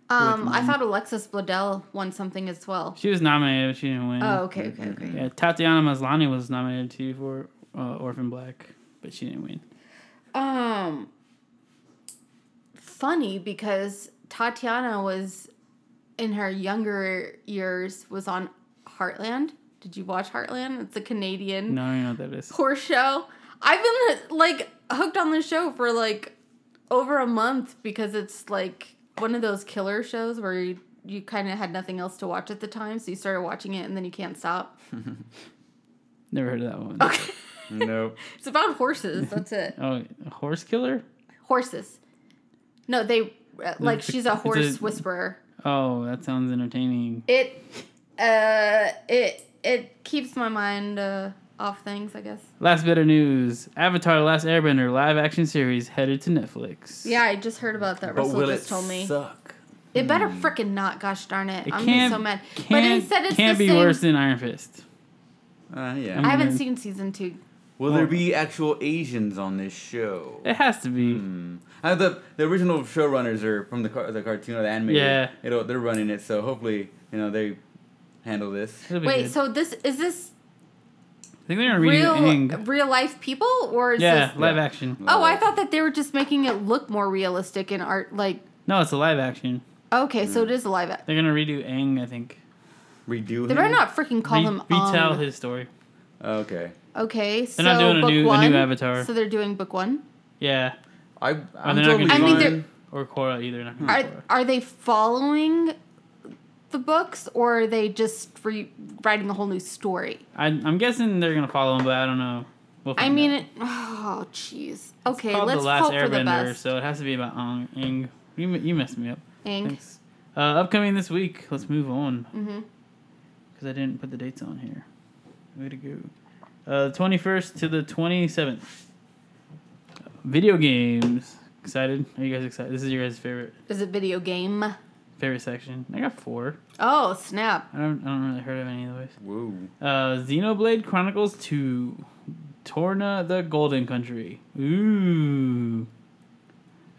Speaker 2: Um, I thought Alexis Bledel won something as well.
Speaker 1: She was nominated, but she didn't win.
Speaker 2: Oh, okay, okay, okay.
Speaker 1: Yeah, Tatiana Maslany was nominated too for uh, Orphan Black, but she didn't win.
Speaker 2: Um, funny because Tatiana was in her younger years was on Heartland. Did you watch Heartland? It's a Canadian
Speaker 1: No, I don't know what that is.
Speaker 2: poor show. I've been like hooked on this show for like over a month because it's like one of those killer shows where you, you kind of had nothing else to watch at the time, so you started watching it and then you can't stop.
Speaker 1: Never heard of that one.
Speaker 2: Okay.
Speaker 3: nope.
Speaker 2: It's about horses. That's it.
Speaker 1: Oh, a horse killer?
Speaker 2: Horses. No, they uh, like
Speaker 1: It's a-
Speaker 2: she's a
Speaker 1: it's
Speaker 2: horse
Speaker 1: a-
Speaker 2: whisperer.
Speaker 1: Oh, that sounds entertaining.
Speaker 2: It uh it it keeps my mind uh, off things, I guess.
Speaker 1: Last bit of news: Avatar: The Last Airbender live action series headed to Netflix.
Speaker 2: Yeah, I just heard about that.
Speaker 3: But
Speaker 2: Russell
Speaker 3: will
Speaker 2: just
Speaker 3: it
Speaker 2: told me.
Speaker 3: suck?
Speaker 2: It better freaking not, gosh darn it.
Speaker 1: Mm. it
Speaker 2: I'm
Speaker 1: can't.
Speaker 2: so mad.
Speaker 1: Can't,
Speaker 2: But instead it's
Speaker 1: can't
Speaker 2: the
Speaker 1: be
Speaker 2: same.
Speaker 1: worse than Iron Fist.
Speaker 3: Uh, yeah.
Speaker 1: I'm-
Speaker 2: I haven't
Speaker 1: Mhm.
Speaker 2: seen season two.
Speaker 3: Will there be actual Asians on this show?
Speaker 1: It has to be.
Speaker 3: Uh, the the original showrunners are from the car, the cartoon or the anime.
Speaker 1: Yeah.
Speaker 3: It'll, they're running it, so hopefully you know they handle this.
Speaker 1: It'll be
Speaker 2: Wait,
Speaker 1: good.
Speaker 2: so this is this
Speaker 1: I think they're gonna redo the
Speaker 2: real
Speaker 1: ending.
Speaker 2: real life people or is
Speaker 1: Yeah,
Speaker 2: this
Speaker 1: live
Speaker 3: Yeah.
Speaker 1: action.
Speaker 2: Oh, I thought that they were just making it look more realistic in art like
Speaker 1: No, it's a live action.
Speaker 2: okay,
Speaker 1: Mm.
Speaker 2: so it is a live act.
Speaker 1: They're gonna redo Aang, I think.
Speaker 3: redo.
Speaker 2: They
Speaker 3: him? Oh,
Speaker 2: better not freaking call
Speaker 1: Re-
Speaker 2: him
Speaker 1: retell
Speaker 2: Aang.
Speaker 1: his story.
Speaker 3: Okay.
Speaker 2: Okay, so
Speaker 1: not doing a
Speaker 2: book
Speaker 1: new- a new
Speaker 2: one.
Speaker 1: Avatar.
Speaker 2: So they're doing book one.
Speaker 1: Yeah, Are
Speaker 3: I I'm
Speaker 1: they Oh, not
Speaker 3: totally
Speaker 1: gonna
Speaker 2: I
Speaker 1: do
Speaker 2: mean,
Speaker 1: Aang
Speaker 3: fine.
Speaker 2: they're-
Speaker 1: or Korra either? Not gonna
Speaker 2: Are
Speaker 1: do Korra.
Speaker 2: are they following the books or are they just re- writing a whole new story?
Speaker 1: I, I'm guessing they're gonna follow him, but I don't know. We'll
Speaker 2: I
Speaker 1: find
Speaker 2: mean,
Speaker 1: out.
Speaker 2: it, oh jeez. Okay,
Speaker 1: Called
Speaker 2: let's
Speaker 1: the last
Speaker 2: hope
Speaker 1: Airbender,
Speaker 2: for the best.
Speaker 1: so it has to be about Aang. Aang. You, you messed me up.
Speaker 2: Aang.
Speaker 1: Thanks. Uh, upcoming this week. Let's move on. Because
Speaker 2: Mm-hmm.
Speaker 1: I didn't put the dates on here. Way to go. Uh, the 21st to the 27th. Video games. Excited? Are you guys excited? This is your guys' favorite
Speaker 2: Is it video game?
Speaker 1: favorite section. I got four.
Speaker 2: Oh snap!
Speaker 1: I don't, I don't really heard of any of those.
Speaker 3: Whoa.
Speaker 1: Uh, Xenoblade Chronicles 2. Torna the Golden Country. Ooh.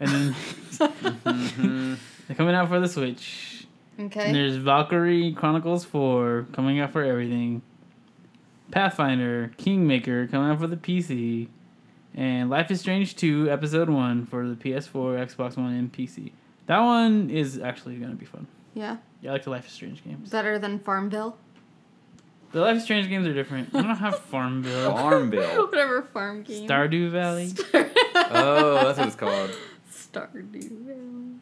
Speaker 1: And then
Speaker 3: Mm-hmm.
Speaker 1: they're coming out for the Switch.
Speaker 2: Okay.
Speaker 1: Mm-hmm. And there's Valkyrie Chronicles 4 coming out for everything. Pathfinder, Kingmaker coming out for the PC. And Life is Strange 2, Episode 1 for the PS4, Xbox One, and PC. That one is actually going to be fun.
Speaker 2: yeah,
Speaker 1: Yeah, I like the Life is Strange games.
Speaker 2: better than Farmville.
Speaker 1: The Life is Strange games are different. I don't have Farmville.
Speaker 3: Farmville.
Speaker 2: Whatever farm game.
Speaker 1: Stardew Valley.
Speaker 2: Star-
Speaker 3: oh, that's what it's called.
Speaker 2: Stardew Valley.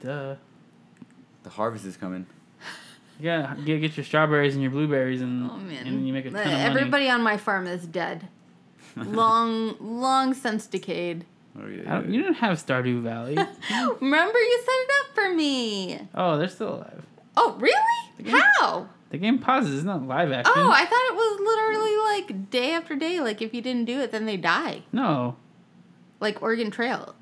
Speaker 1: Duh.
Speaker 3: The harvest is coming.
Speaker 1: You gotta get, get your strawberries and your blueberries, and
Speaker 2: Oh man.
Speaker 1: and you make a ton of money.
Speaker 2: Everybody on my farm is dead. long, long since decayed.
Speaker 3: Oh, yeah,
Speaker 1: I don't, you don't have Stardew Valley.
Speaker 2: Remember, you set it up for me.
Speaker 1: oh, they're still alive.
Speaker 2: Oh really? How?
Speaker 1: The game pauses. It's not live action.
Speaker 2: Oh, I thought it was literally like day after day. Like if you didn't do it, then they die.
Speaker 1: no.
Speaker 2: Like Oregon Trail.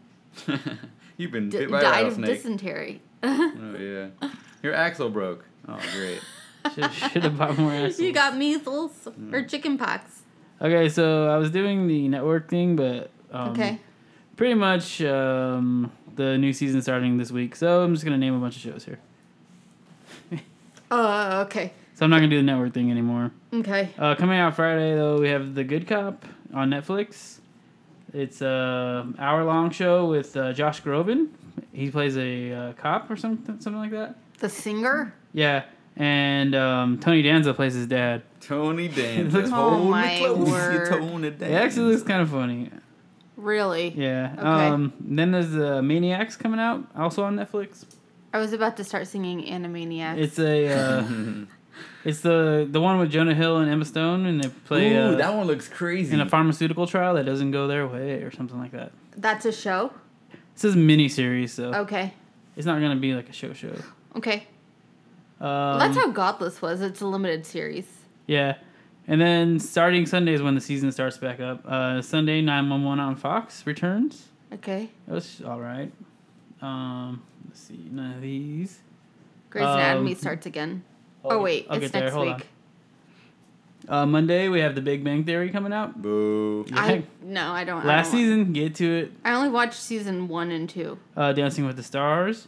Speaker 3: You've been
Speaker 2: D-
Speaker 3: bit by a
Speaker 2: died of
Speaker 3: rattlesnake.
Speaker 2: dysentery.
Speaker 3: oh yeah. Your axle broke. Oh great.
Speaker 1: Should, should have bought more assholes. Mm.
Speaker 2: You got measles or chicken pox.
Speaker 1: okay, so I was doing the network thing, but um,
Speaker 2: Okay.
Speaker 1: pretty much um, the new season starting this week. So I'm just gonna name a bunch of shows here.
Speaker 2: Oh, okay.
Speaker 1: So I'm not gonna do the network thing anymore.
Speaker 2: Okay.
Speaker 1: Uh, coming out Friday though, we have The Good Cop on Netflix. It's a hour long show with uh, Josh Groban. He plays a uh, cop or something, something like that.
Speaker 2: The singer?
Speaker 1: Yeah, and um, Tony Danza plays his dad.
Speaker 3: Tony Danza.
Speaker 1: looks-
Speaker 2: Oh
Speaker 3: Hold me
Speaker 2: my
Speaker 3: close,
Speaker 2: word.
Speaker 3: Tony
Speaker 1: It actually
Speaker 3: Danza.
Speaker 1: looks kind of funny.
Speaker 2: Really?
Speaker 1: Yeah.
Speaker 2: Okay.
Speaker 1: Um, then there's the Maniacs coming out, also on Netflix.
Speaker 2: I was about to start singing Animaniacs.
Speaker 1: It's a, uh, it's the the one with Jonah Hill and Emma Stone, and they play
Speaker 3: Ooh,
Speaker 1: uh,
Speaker 3: that one looks crazy.
Speaker 1: in a pharmaceutical trial that doesn't go their way or something like that.
Speaker 2: That's a show?
Speaker 1: This is mini series, so
Speaker 2: Okay.
Speaker 1: it's not gonna be like a show show.
Speaker 2: Okay.
Speaker 1: Um,
Speaker 2: That's how Godless was. It's a limited series.
Speaker 1: yeah. And then starting Sunday is when the season starts back up. Uh, Sunday nine one one on Fox returns.
Speaker 2: Okay.
Speaker 1: It was all right. Um, let's see, none of these.
Speaker 2: Grey's Anatomy
Speaker 1: Um,
Speaker 2: starts again.
Speaker 1: I'll
Speaker 2: Oh,
Speaker 1: get-
Speaker 2: wait.
Speaker 1: I'll
Speaker 2: it's
Speaker 1: get there,
Speaker 2: next
Speaker 1: hold
Speaker 2: week.
Speaker 1: on. Uh, Monday we have The Big Bang Theory coming out.
Speaker 3: Boo.
Speaker 1: Yeah.
Speaker 2: I No, I don't. I
Speaker 1: Last
Speaker 2: don't wa-
Speaker 1: season, get to it.
Speaker 2: I only watched season one and two.
Speaker 1: Uh, Dancing with the Stars,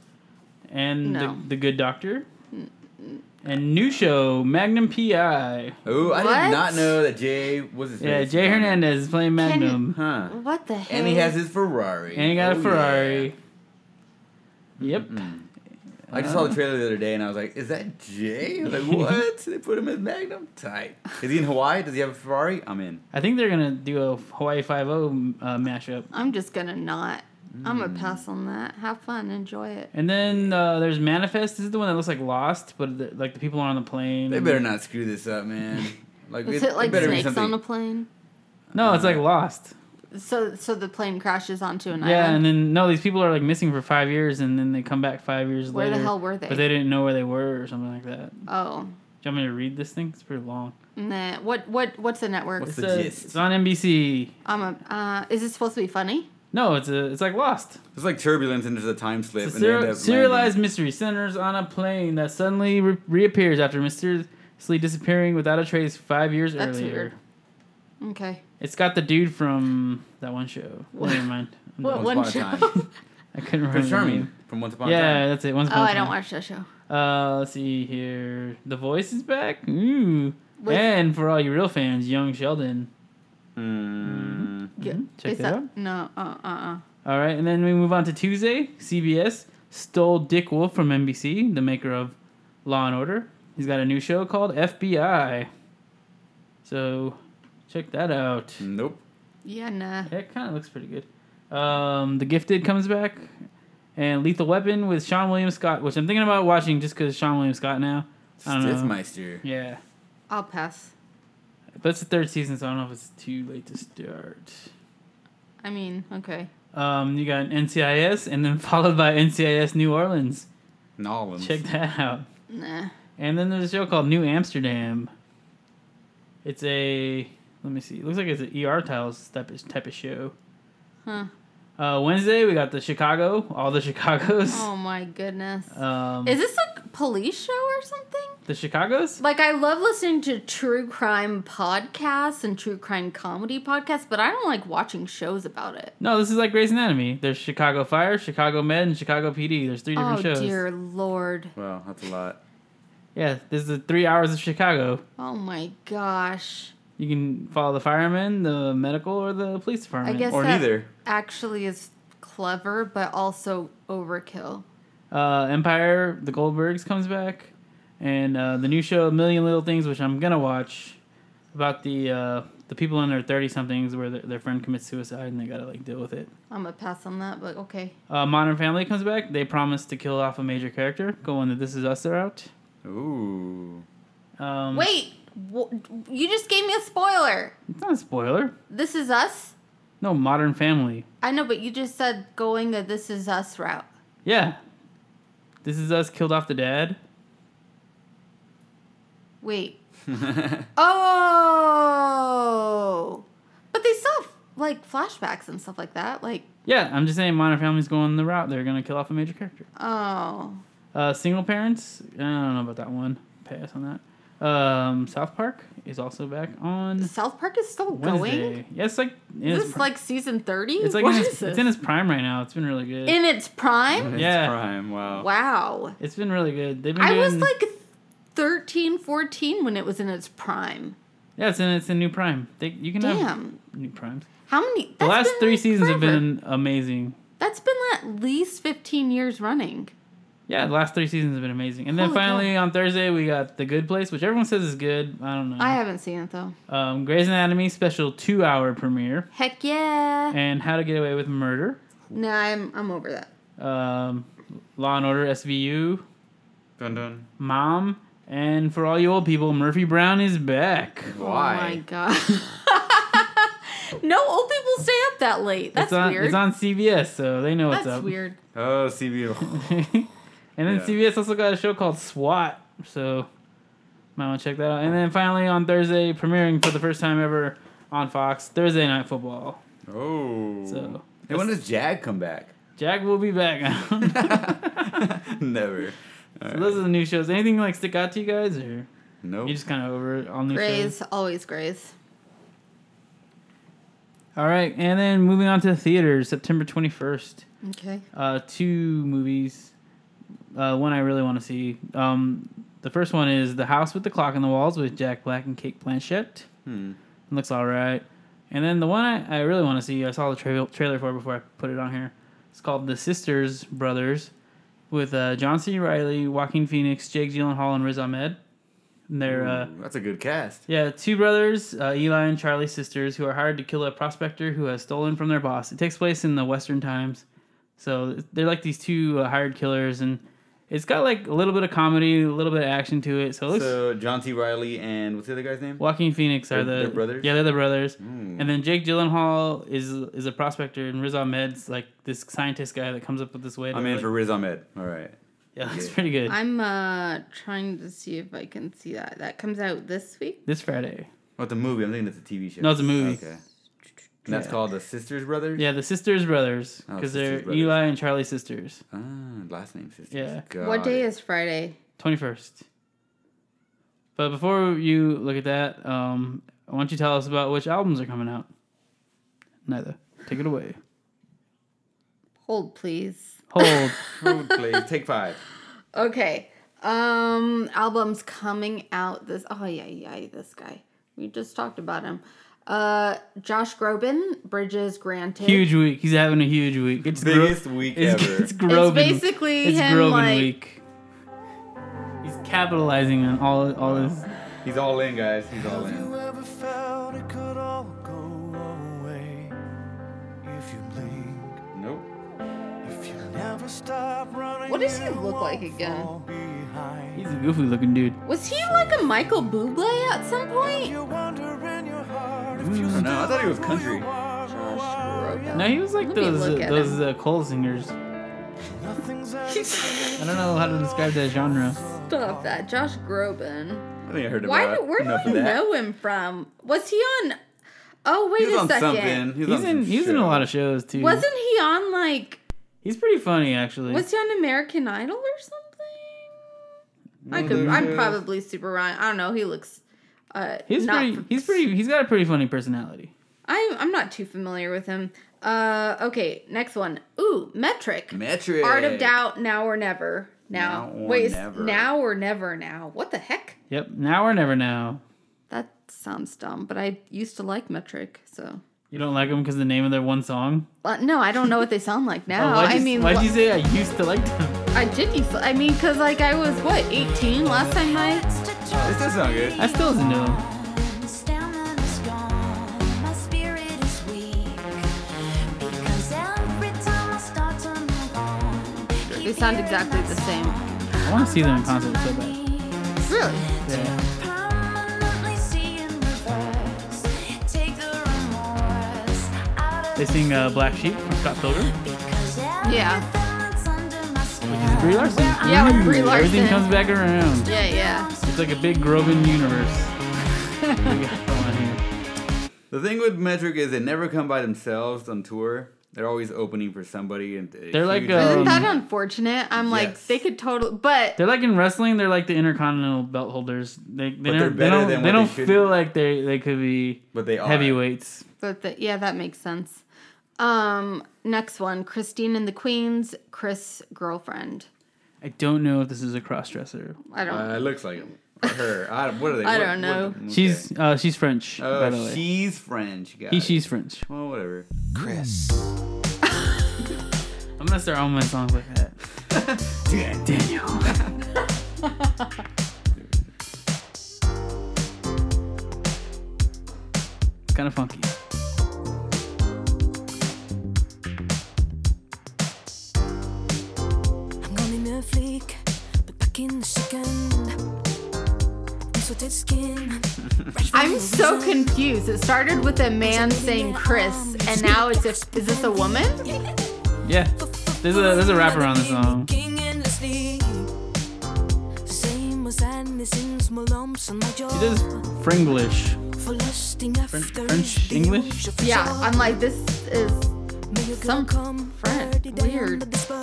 Speaker 1: and
Speaker 2: No.
Speaker 1: the, the Good Doctor, and new show Magnum PI.
Speaker 3: Ooh, I
Speaker 2: What?
Speaker 3: did not know that Jay was his
Speaker 1: Yeah,
Speaker 3: face
Speaker 1: Jay
Speaker 3: was on it.
Speaker 1: Hernandez is playing
Speaker 2: Can-
Speaker 1: Magnum,
Speaker 3: Huh.
Speaker 2: What the heck?
Speaker 3: And he has his Ferrari.
Speaker 1: and he got
Speaker 3: Oh, Mm-hmm.
Speaker 1: a
Speaker 3: yeah.
Speaker 1: Ferrari. Yep.
Speaker 3: I just saw the trailer the other day and I was like, is that Jay? I was like, what? they put him in Magnum? Tight. Is he in Hawaii? Does he have a Ferrari? I'm in.
Speaker 1: I think they're gonna do a Hawaii Five O uh, mashup.
Speaker 2: I'm just gonna not. I'm
Speaker 3: Mm.
Speaker 2: gonna pass on that. Have fun. Enjoy it.
Speaker 1: And then uh, there's Manifest. This is the one that looks like Lost, but the, like the people are on the plane.
Speaker 3: They better not screw this up, man. Like,
Speaker 2: Is it like
Speaker 3: better be
Speaker 2: snakes on
Speaker 3: something-
Speaker 2: a plane?
Speaker 1: No, it's like Lost.
Speaker 2: So so the plane crashes onto an
Speaker 1: Yeah, and
Speaker 2: island.
Speaker 1: then no, these people are like missing for five years, and then they come back five years
Speaker 2: Where the
Speaker 1: later.
Speaker 2: hell were they?
Speaker 1: But they didn't know where they were or something like that. Do
Speaker 2: oh,
Speaker 1: you want me to read this thing? It's pretty long.
Speaker 2: nah. What what what's the network?
Speaker 1: It's,
Speaker 3: What's the
Speaker 1: uh,
Speaker 3: gist?
Speaker 1: it's on NBC.
Speaker 2: I'm a. Uh, is it supposed to be funny?
Speaker 1: No, it's a, it's like Lost.
Speaker 3: It's like turbulence and there's a time slip.
Speaker 1: It's a
Speaker 3: and they end
Speaker 1: ser-
Speaker 3: up
Speaker 1: serialized
Speaker 3: landing.
Speaker 1: mystery centers on a plane that suddenly re- reappears after mysteriously disappearing without a trace five years
Speaker 2: That's
Speaker 1: earlier.
Speaker 2: weird. Okay.
Speaker 1: It's got the dude from that one show. Never mind. I'm
Speaker 2: What
Speaker 1: done.
Speaker 3: Once
Speaker 2: one
Speaker 3: upon a
Speaker 2: show?
Speaker 3: time.
Speaker 2: oh,
Speaker 1: I couldn't remember.
Speaker 3: Prince
Speaker 1: the
Speaker 3: Charming
Speaker 1: name.
Speaker 3: from Once Upon a Time.
Speaker 1: Yeah, that's it. Once upon a
Speaker 2: I
Speaker 1: Time.
Speaker 2: don't watch that show.
Speaker 1: Uh, let's see here. The voice is back. Ooh.
Speaker 2: Wait.
Speaker 1: And for all you real fans, Young Sheldon. Mm-hmm.
Speaker 3: Mm.
Speaker 2: Yeah.
Speaker 1: Check
Speaker 2: is
Speaker 1: that
Speaker 2: that,
Speaker 1: out.
Speaker 2: No. Uh. Uh. uh.
Speaker 1: All right, and then we move on to Tuesday. CBS stole Dick Wolf from NBC, the maker of Law and Order. He's got a new show called FBI. So check that out.
Speaker 3: Mm, Nope.
Speaker 2: Yeah. Nah.
Speaker 1: Yeah, it kind of looks pretty good. Um, the Gifted comes back, and Lethal Weapon with Sean William Scott, which I'm thinking about watching just because Sean William Scott now. I don't know.
Speaker 3: Stiffmeister.
Speaker 1: Yeah.
Speaker 2: I'll pass.
Speaker 1: But it's the third season, so I don't know if it's too late to start.
Speaker 2: I mean, okay.
Speaker 1: Um, you got NCIS, and then followed by NCIS New Orleans.
Speaker 3: Nollums.
Speaker 1: Check that out.
Speaker 2: Nah.
Speaker 1: And then there's a show called New Amsterdam. It's a let me see. It looks like it's an ER tiles type of, type of show.
Speaker 2: Huh.
Speaker 1: Uh, Wednesday we got the Chicago, all the Chicagos.
Speaker 2: Oh my goodness.
Speaker 1: Um,
Speaker 2: Is this a police show or something?
Speaker 1: the Chicagos?
Speaker 2: Like I love listening to true crime podcasts and true crime comedy podcasts, but I don't like watching shows about it.
Speaker 1: No, this is like Grey's Anatomy. There's Chicago Fire, Chicago Med, and Chicago PD. There's three different
Speaker 2: Oh
Speaker 1: shows.
Speaker 2: dear lord.
Speaker 3: Wow, that's a lot.
Speaker 1: Yeah, this is the three hours of Chicago.
Speaker 2: Oh my gosh.
Speaker 1: You can follow the firemen, the medical, or the police department.
Speaker 2: guess- Is
Speaker 3: Or
Speaker 2: that-
Speaker 3: neither.
Speaker 2: Actually is clever but also overkill.
Speaker 1: uh, Empire, The Goldbergs comes back, and uh, the new show A Million Little Things, which I'm gonna watch, about the uh, the people in their thirty somethings where their, their friend commits suicide and they gotta like deal with it.
Speaker 2: I'm gonna pass on that, but okay.
Speaker 1: Uh, Modern Family comes back. They promise to kill off a major character, going the This Is Us route.
Speaker 3: Ooh.
Speaker 1: Um,
Speaker 2: Wait, wh- you just gave me a spoiler.
Speaker 1: it's not a spoiler.
Speaker 2: This is us?
Speaker 1: No, Modern Family.
Speaker 2: I know, but you just said going a this is us route.
Speaker 1: Yeah, This Is Us killed off the dad.
Speaker 2: Wait. Oh, but they still have like flashbacks and stuff like that. Like,
Speaker 1: Yeah, I'm just saying Modern Family's going the route. They're gonna kill off a major character.
Speaker 2: oh,
Speaker 1: Uh, single parents. I don't know about that one. Pass on that. Um, South Park is also back on
Speaker 2: South Park is still going.
Speaker 1: Wednesday. Yes, like in
Speaker 2: Is
Speaker 1: its,
Speaker 2: this
Speaker 1: pri-
Speaker 2: like season thirty?
Speaker 1: it's like
Speaker 2: What
Speaker 1: in
Speaker 2: is
Speaker 1: its,
Speaker 2: this?
Speaker 1: it's in its prime right now. It's been really good.
Speaker 2: In its prime.
Speaker 3: It's
Speaker 1: Yeah.
Speaker 3: prime. Wow.
Speaker 1: Oh.
Speaker 2: Wow.
Speaker 1: it's been really good. They've been.
Speaker 2: I
Speaker 1: Doing,
Speaker 2: was like 13, 14 when it was in its prime.
Speaker 1: Yeah, it's in it's a new prime. They, you can have
Speaker 2: Damn.
Speaker 1: new primes.
Speaker 2: How many?
Speaker 1: The
Speaker 2: that's
Speaker 1: last
Speaker 2: been,
Speaker 1: three
Speaker 2: like,
Speaker 1: seasons have
Speaker 2: forever.
Speaker 1: been amazing.
Speaker 2: That's been at least 15 years running.
Speaker 1: Yeah, the last three seasons have been amazing. And then
Speaker 2: Holy
Speaker 1: finally on Thursday we got The Good Place, which everyone says is good. I don't know.
Speaker 2: I haven't seen it though.
Speaker 1: um, Grey's Anatomy special two hour premiere
Speaker 2: Heck yeah.
Speaker 1: and How to Get Away with Murder.
Speaker 2: No, I'm I'm over that.
Speaker 1: Um, Law and Order SVU,
Speaker 4: Dun dun.
Speaker 1: Mom, and for all you old people, Murphy Brown is back.
Speaker 3: Why?
Speaker 2: Oh my god. no old people stay up that late. That's
Speaker 1: it's on
Speaker 2: weird.
Speaker 1: it's on CBS, so they know
Speaker 2: That's
Speaker 1: what's up.
Speaker 2: weird.
Speaker 3: Oh, CBU.
Speaker 1: and then
Speaker 3: Yeah.
Speaker 1: CBS also got a show called SWAT, so might want to check that out. And then finally on Thursday, premiering for the first time ever on Fox, Thursday Night Football.
Speaker 3: Oh.
Speaker 1: So
Speaker 3: Hey, when does Jag come back?
Speaker 1: Jack will be back.
Speaker 3: Never. All
Speaker 1: so
Speaker 3: right.
Speaker 1: those are the new shows. Anything like stick out to you guys, or
Speaker 3: Nope.
Speaker 1: you just kind of over it, all new shows?
Speaker 2: Grays, always grays.
Speaker 1: All right, and then moving on to the theaters, September twenty first.
Speaker 2: Okay.
Speaker 1: Uh, two movies. Uh, one I really want to see. Um, the first one is The House with the Clock on the Walls with Jack Black and Kate Blanchett.
Speaker 3: Hmm.
Speaker 1: It looks all right. And then the one I, I really want to see, I saw the tra- trailer for it before I put it on here. It's called The Sisters Brothers with uh, John C. Riley, Joaquin Phoenix, Jake Gyllenhaal, and Riz Ahmed. And they're uh,
Speaker 3: Ooh, that's a good cast.
Speaker 1: yeah, two brothers, uh, Eli and Charlie sisters, who are hired to kill a prospector who has stolen from their boss. It takes place in the Western times, so they're like these two uh, hired killers, and it's got like a little bit of comedy, a little bit of action to it. So it looks
Speaker 3: So John T. Riley and what's the other guy's name?
Speaker 1: Joaquin Phoenix are
Speaker 3: They're-
Speaker 1: the
Speaker 3: they're brothers?
Speaker 1: Yeah, they're the brothers.
Speaker 3: Hmm.
Speaker 1: And then Jake Gyllenhaal is is a prospector, and Riz Ahmed's like this scientist guy that comes up with this way. To,
Speaker 3: I'm in
Speaker 1: like-
Speaker 3: for Riz Ahmed. All right.
Speaker 1: yeah, it's
Speaker 3: yeah.
Speaker 1: pretty good.
Speaker 2: I'm uh trying to see if I can see that. That comes out this week.
Speaker 1: this Friday,
Speaker 3: What the movie? I'm thinking Oh, it's a TV show.
Speaker 1: No, it's a movie.
Speaker 3: Okay. And that's
Speaker 1: Yeah.
Speaker 3: called The Sisters Brothers.
Speaker 1: yeah, the sisters brothers
Speaker 3: Oh,
Speaker 1: because
Speaker 3: sisters
Speaker 1: they're
Speaker 3: brothers.
Speaker 1: Eli and Charlie sisters.
Speaker 3: Ah, last name Sisters.
Speaker 1: Yeah.
Speaker 3: Got
Speaker 2: what day
Speaker 3: it.
Speaker 2: is Friday?
Speaker 1: 21st. But before you look at that, um, why don't you tell us about which albums are coming out? Neither. Take it away.
Speaker 2: Hold please.
Speaker 1: Hold.
Speaker 3: Hold, please. Take five.
Speaker 2: Okay. Um albums coming out this oh yeah, yeah, this guy. We just talked about him. Uh Josh Groban, Bridges Granted.
Speaker 1: huge week. He's having a huge week. It's gro-
Speaker 3: Biggest week
Speaker 1: it's,
Speaker 3: ever.
Speaker 1: it's Groban.
Speaker 2: It's basically
Speaker 1: it's
Speaker 2: him
Speaker 1: Groban
Speaker 2: like
Speaker 1: week. He's capitalizing on all all this.
Speaker 3: He's all in, guys. He's all
Speaker 5: Have
Speaker 3: in.
Speaker 5: you ever felt it could all go away if you blink?
Speaker 3: Nope.
Speaker 5: If you never stop running,
Speaker 2: What does he
Speaker 5: you
Speaker 2: look like
Speaker 5: won't
Speaker 2: again?
Speaker 5: fall behind.
Speaker 1: He's a goofy looking dude.
Speaker 2: Was he like a Michael Bublé at some point?
Speaker 5: You wonder in your heart if
Speaker 1: Mm.
Speaker 5: you
Speaker 1: I
Speaker 3: don't know. Oh, I
Speaker 5: still
Speaker 3: thought he was
Speaker 5: who
Speaker 3: country.
Speaker 5: you are, who are you?
Speaker 1: No, he was like
Speaker 2: Let me
Speaker 1: those
Speaker 2: look at
Speaker 1: those
Speaker 2: him.
Speaker 1: uh, coal singers. I
Speaker 5: Nothing's ever
Speaker 1: don't know how to describe that genre.
Speaker 2: Stop that, Josh Groban.
Speaker 3: I think I heard about
Speaker 2: Why? Do, where do
Speaker 3: enough
Speaker 2: I
Speaker 3: of that.
Speaker 2: know him from? Was he on? Oh wait
Speaker 3: He was
Speaker 2: a
Speaker 3: on
Speaker 2: second.
Speaker 3: something. He was
Speaker 1: He's
Speaker 3: on
Speaker 1: in
Speaker 3: some
Speaker 1: he's in a
Speaker 3: show.
Speaker 1: lot of shows too.
Speaker 2: Wasn't he on like?
Speaker 1: He's pretty funny actually.
Speaker 2: Was he on American Idol or something? I could.
Speaker 3: there
Speaker 2: I'm
Speaker 3: is.
Speaker 2: probably super wrong. I don't know. He looks. Uh,
Speaker 1: He's
Speaker 2: not
Speaker 1: pretty.
Speaker 2: f-
Speaker 1: He's pretty. He's got a pretty funny personality.
Speaker 2: I'm. I'm not too familiar with him. Uh. Okay. Next one. Ooh. Metric.
Speaker 3: Metric.
Speaker 2: Art of Doubt. Now or never. Now.
Speaker 3: Now or
Speaker 2: Wait.
Speaker 3: never.
Speaker 2: Now or never. Now. What the heck?
Speaker 1: Yep. Now or never now.
Speaker 2: That sounds dumb, but I used to like Metric, so.
Speaker 1: You don't like him because the name of their one song.
Speaker 2: But no, I don't know what they sound like
Speaker 1: Oh,
Speaker 2: now.
Speaker 1: why'd
Speaker 2: I
Speaker 1: you-
Speaker 2: mean,
Speaker 1: why'd
Speaker 2: wh-
Speaker 1: you say I used to like them?
Speaker 2: I did used. to- I mean, cause like I was what 18 last time I.
Speaker 3: This does sound good.
Speaker 1: I still don't know.
Speaker 2: They sound exactly the same.
Speaker 1: I want to see them in concert so bad.
Speaker 2: Really?
Speaker 1: Yeah. They sing uh, "Black Sheep" from Scott Pilgrim,
Speaker 2: Yeah.
Speaker 1: which is Brie Larson.
Speaker 2: Yeah, with Brie
Speaker 1: Ooh, Everything
Speaker 2: Larson.
Speaker 1: comes back around.
Speaker 2: Yeah, yeah.
Speaker 1: It's like a big Groban universe. We got going here.
Speaker 3: The thing with Metric is they never come by themselves on tour. They're always opening for somebody, and a
Speaker 1: They're like,
Speaker 3: huge-
Speaker 1: uh,
Speaker 2: Isn't
Speaker 1: Um,
Speaker 2: that unfortunate? I'm like,
Speaker 3: yes.
Speaker 2: they could totally, but
Speaker 1: They're like in wrestling. They're like the intercontinental belt holders. They they,
Speaker 3: they're
Speaker 1: don't, they
Speaker 3: better
Speaker 1: don't
Speaker 3: than
Speaker 1: they
Speaker 3: what
Speaker 1: don't
Speaker 3: they should
Speaker 1: feel
Speaker 3: be.
Speaker 1: like they they could be
Speaker 3: but they are
Speaker 1: heavyweights.
Speaker 2: but the, yeah, that makes sense. Um, next one, Christine and the Queens, Chris girlfriend.
Speaker 1: I don't know if this is a crossdresser.
Speaker 2: I don't.
Speaker 3: Uh, it looks like them. Or her? I, what are they?
Speaker 2: I
Speaker 3: what-
Speaker 2: don't
Speaker 3: what-
Speaker 2: know.
Speaker 3: okay.
Speaker 1: She's uh, she's French, by the
Speaker 3: Oh,
Speaker 1: way.
Speaker 3: she's French. Got
Speaker 1: he
Speaker 3: it.
Speaker 1: she's French.
Speaker 3: Well, whatever.
Speaker 5: Chris.
Speaker 1: I'm gonna start all my songs like that. Dan- Daniel. kind of funky.
Speaker 4: I'm gonna be a flick, but back in the chicken. Distorted skin. Fresh from
Speaker 2: I'm
Speaker 4: the
Speaker 2: so
Speaker 4: ocean.
Speaker 2: confused. It started with a man saying Chris, and now it's a. Is this a woman?
Speaker 1: Yeah. There's a there's a rapper on the song.
Speaker 4: Same as sadness in small lumps on my jaw.
Speaker 1: He does Fringlish.
Speaker 4: For lusting after
Speaker 1: French,
Speaker 4: is the
Speaker 1: English?
Speaker 4: usual
Speaker 2: Yeah,
Speaker 4: shore.
Speaker 2: I'm like, this is.
Speaker 4: May your girl
Speaker 2: some
Speaker 4: come
Speaker 2: French.
Speaker 4: dirty down
Speaker 2: Weird.
Speaker 4: to this bar.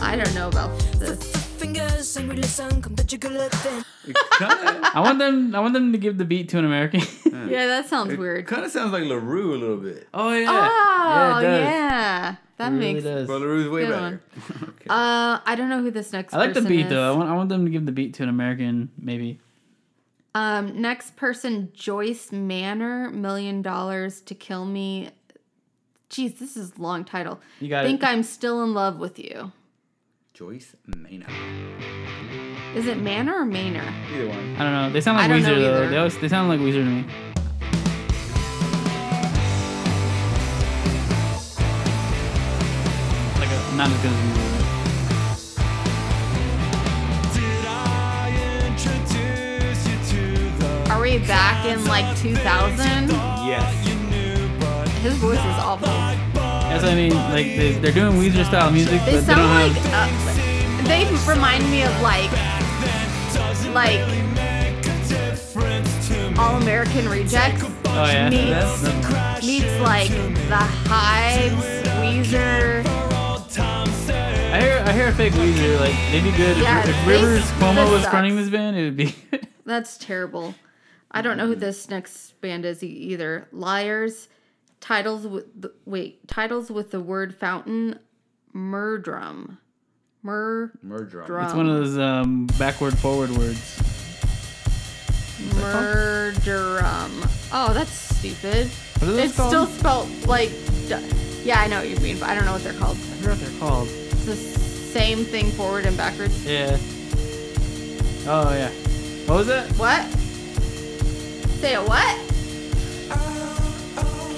Speaker 2: I don't know about this.
Speaker 4: Fingers and we listen, come touch your girl then.
Speaker 3: Kind
Speaker 1: I want them I want them to give the beat to an American.
Speaker 2: Yeah, that sounds weird.
Speaker 3: of sounds like Larue a little bit,
Speaker 1: oh yeah.
Speaker 2: Oh, yeah.
Speaker 1: it does.
Speaker 2: That
Speaker 1: It really
Speaker 2: makes.
Speaker 1: does.
Speaker 3: but Larue's way
Speaker 2: Good
Speaker 3: better. okay.
Speaker 2: Uh, I don't know who this next
Speaker 1: I like the
Speaker 2: person
Speaker 1: beat
Speaker 2: is.
Speaker 1: though. I want I want them to give the beat to an American maybe.
Speaker 2: Um, next person, Joyce Manor, Million Dollars to Kill Me. Jeez, this is a long title.
Speaker 1: You got
Speaker 2: Think
Speaker 1: it.
Speaker 2: I'm still in love with you.
Speaker 3: Joyce Maynard.
Speaker 2: Is it Manor or Manor?
Speaker 3: Either one.
Speaker 1: I don't know. They sound
Speaker 2: I
Speaker 1: like
Speaker 2: don't know
Speaker 1: Weezer though.
Speaker 2: either.
Speaker 1: They always, they sound like Weezer to me. Like a, not as good as Weezer.
Speaker 5: Did I introduce you to the
Speaker 2: Are we back in like 2000?
Speaker 3: Yes.
Speaker 5: you knew, but
Speaker 2: His voice is awful.
Speaker 1: That's what I mean. Like they, they're doing Weezer style music,
Speaker 2: They
Speaker 1: but they don't
Speaker 2: sound like
Speaker 1: have.
Speaker 2: uh, they remind me of like like All American Rejects
Speaker 1: Oh yeah.
Speaker 2: meets
Speaker 1: That's, that's,
Speaker 2: meets like the Hives, Weezer.
Speaker 1: I hear I hear a fake Weezer. Like they'd be good
Speaker 2: Yeah,
Speaker 1: if, if
Speaker 2: they-
Speaker 1: Rivers Cuomo
Speaker 2: this
Speaker 1: was
Speaker 2: sucks.
Speaker 1: fronting this band. It would be.
Speaker 2: That's terrible. I don't know who this next band is e- either. Liars, titles with the, wait titles with the word fountain, murdrum, mur
Speaker 3: Murder.
Speaker 2: drum.
Speaker 1: it's one of those um, backward forward words.
Speaker 2: Murderum. Oh, that's stupid.
Speaker 1: What are those
Speaker 2: It's
Speaker 1: called?
Speaker 2: still spelled like. d- Yeah, I know what you mean, but I don't know what they're called.
Speaker 1: I forgot what they're called.
Speaker 2: It's the same thing forward and backwards.
Speaker 1: Yeah. Oh yeah. What was that?
Speaker 2: What? Say a what?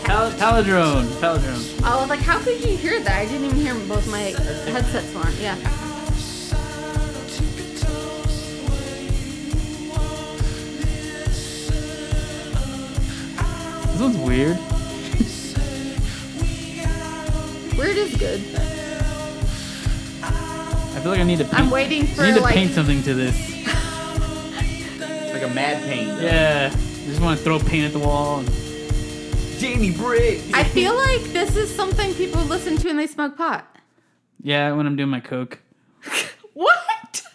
Speaker 1: Pal- Paladrone. Paladrone.
Speaker 2: Oh, I was like, how could you hear that? I didn't even hear both my headsets were on. Yeah.
Speaker 1: This one's weird.
Speaker 2: Weird is good.
Speaker 1: I feel like I need to. Paint,
Speaker 2: I'm waiting for
Speaker 1: I need to
Speaker 2: like.
Speaker 1: paint something to this.
Speaker 3: Like a mad pain. though.
Speaker 1: Yeah. I just want to throw paint at the wall. And,
Speaker 3: Jamie Briggs.
Speaker 2: I feel like this is something people listen to when they smoke pot.
Speaker 1: yeah, when I'm doing my coke.
Speaker 2: What?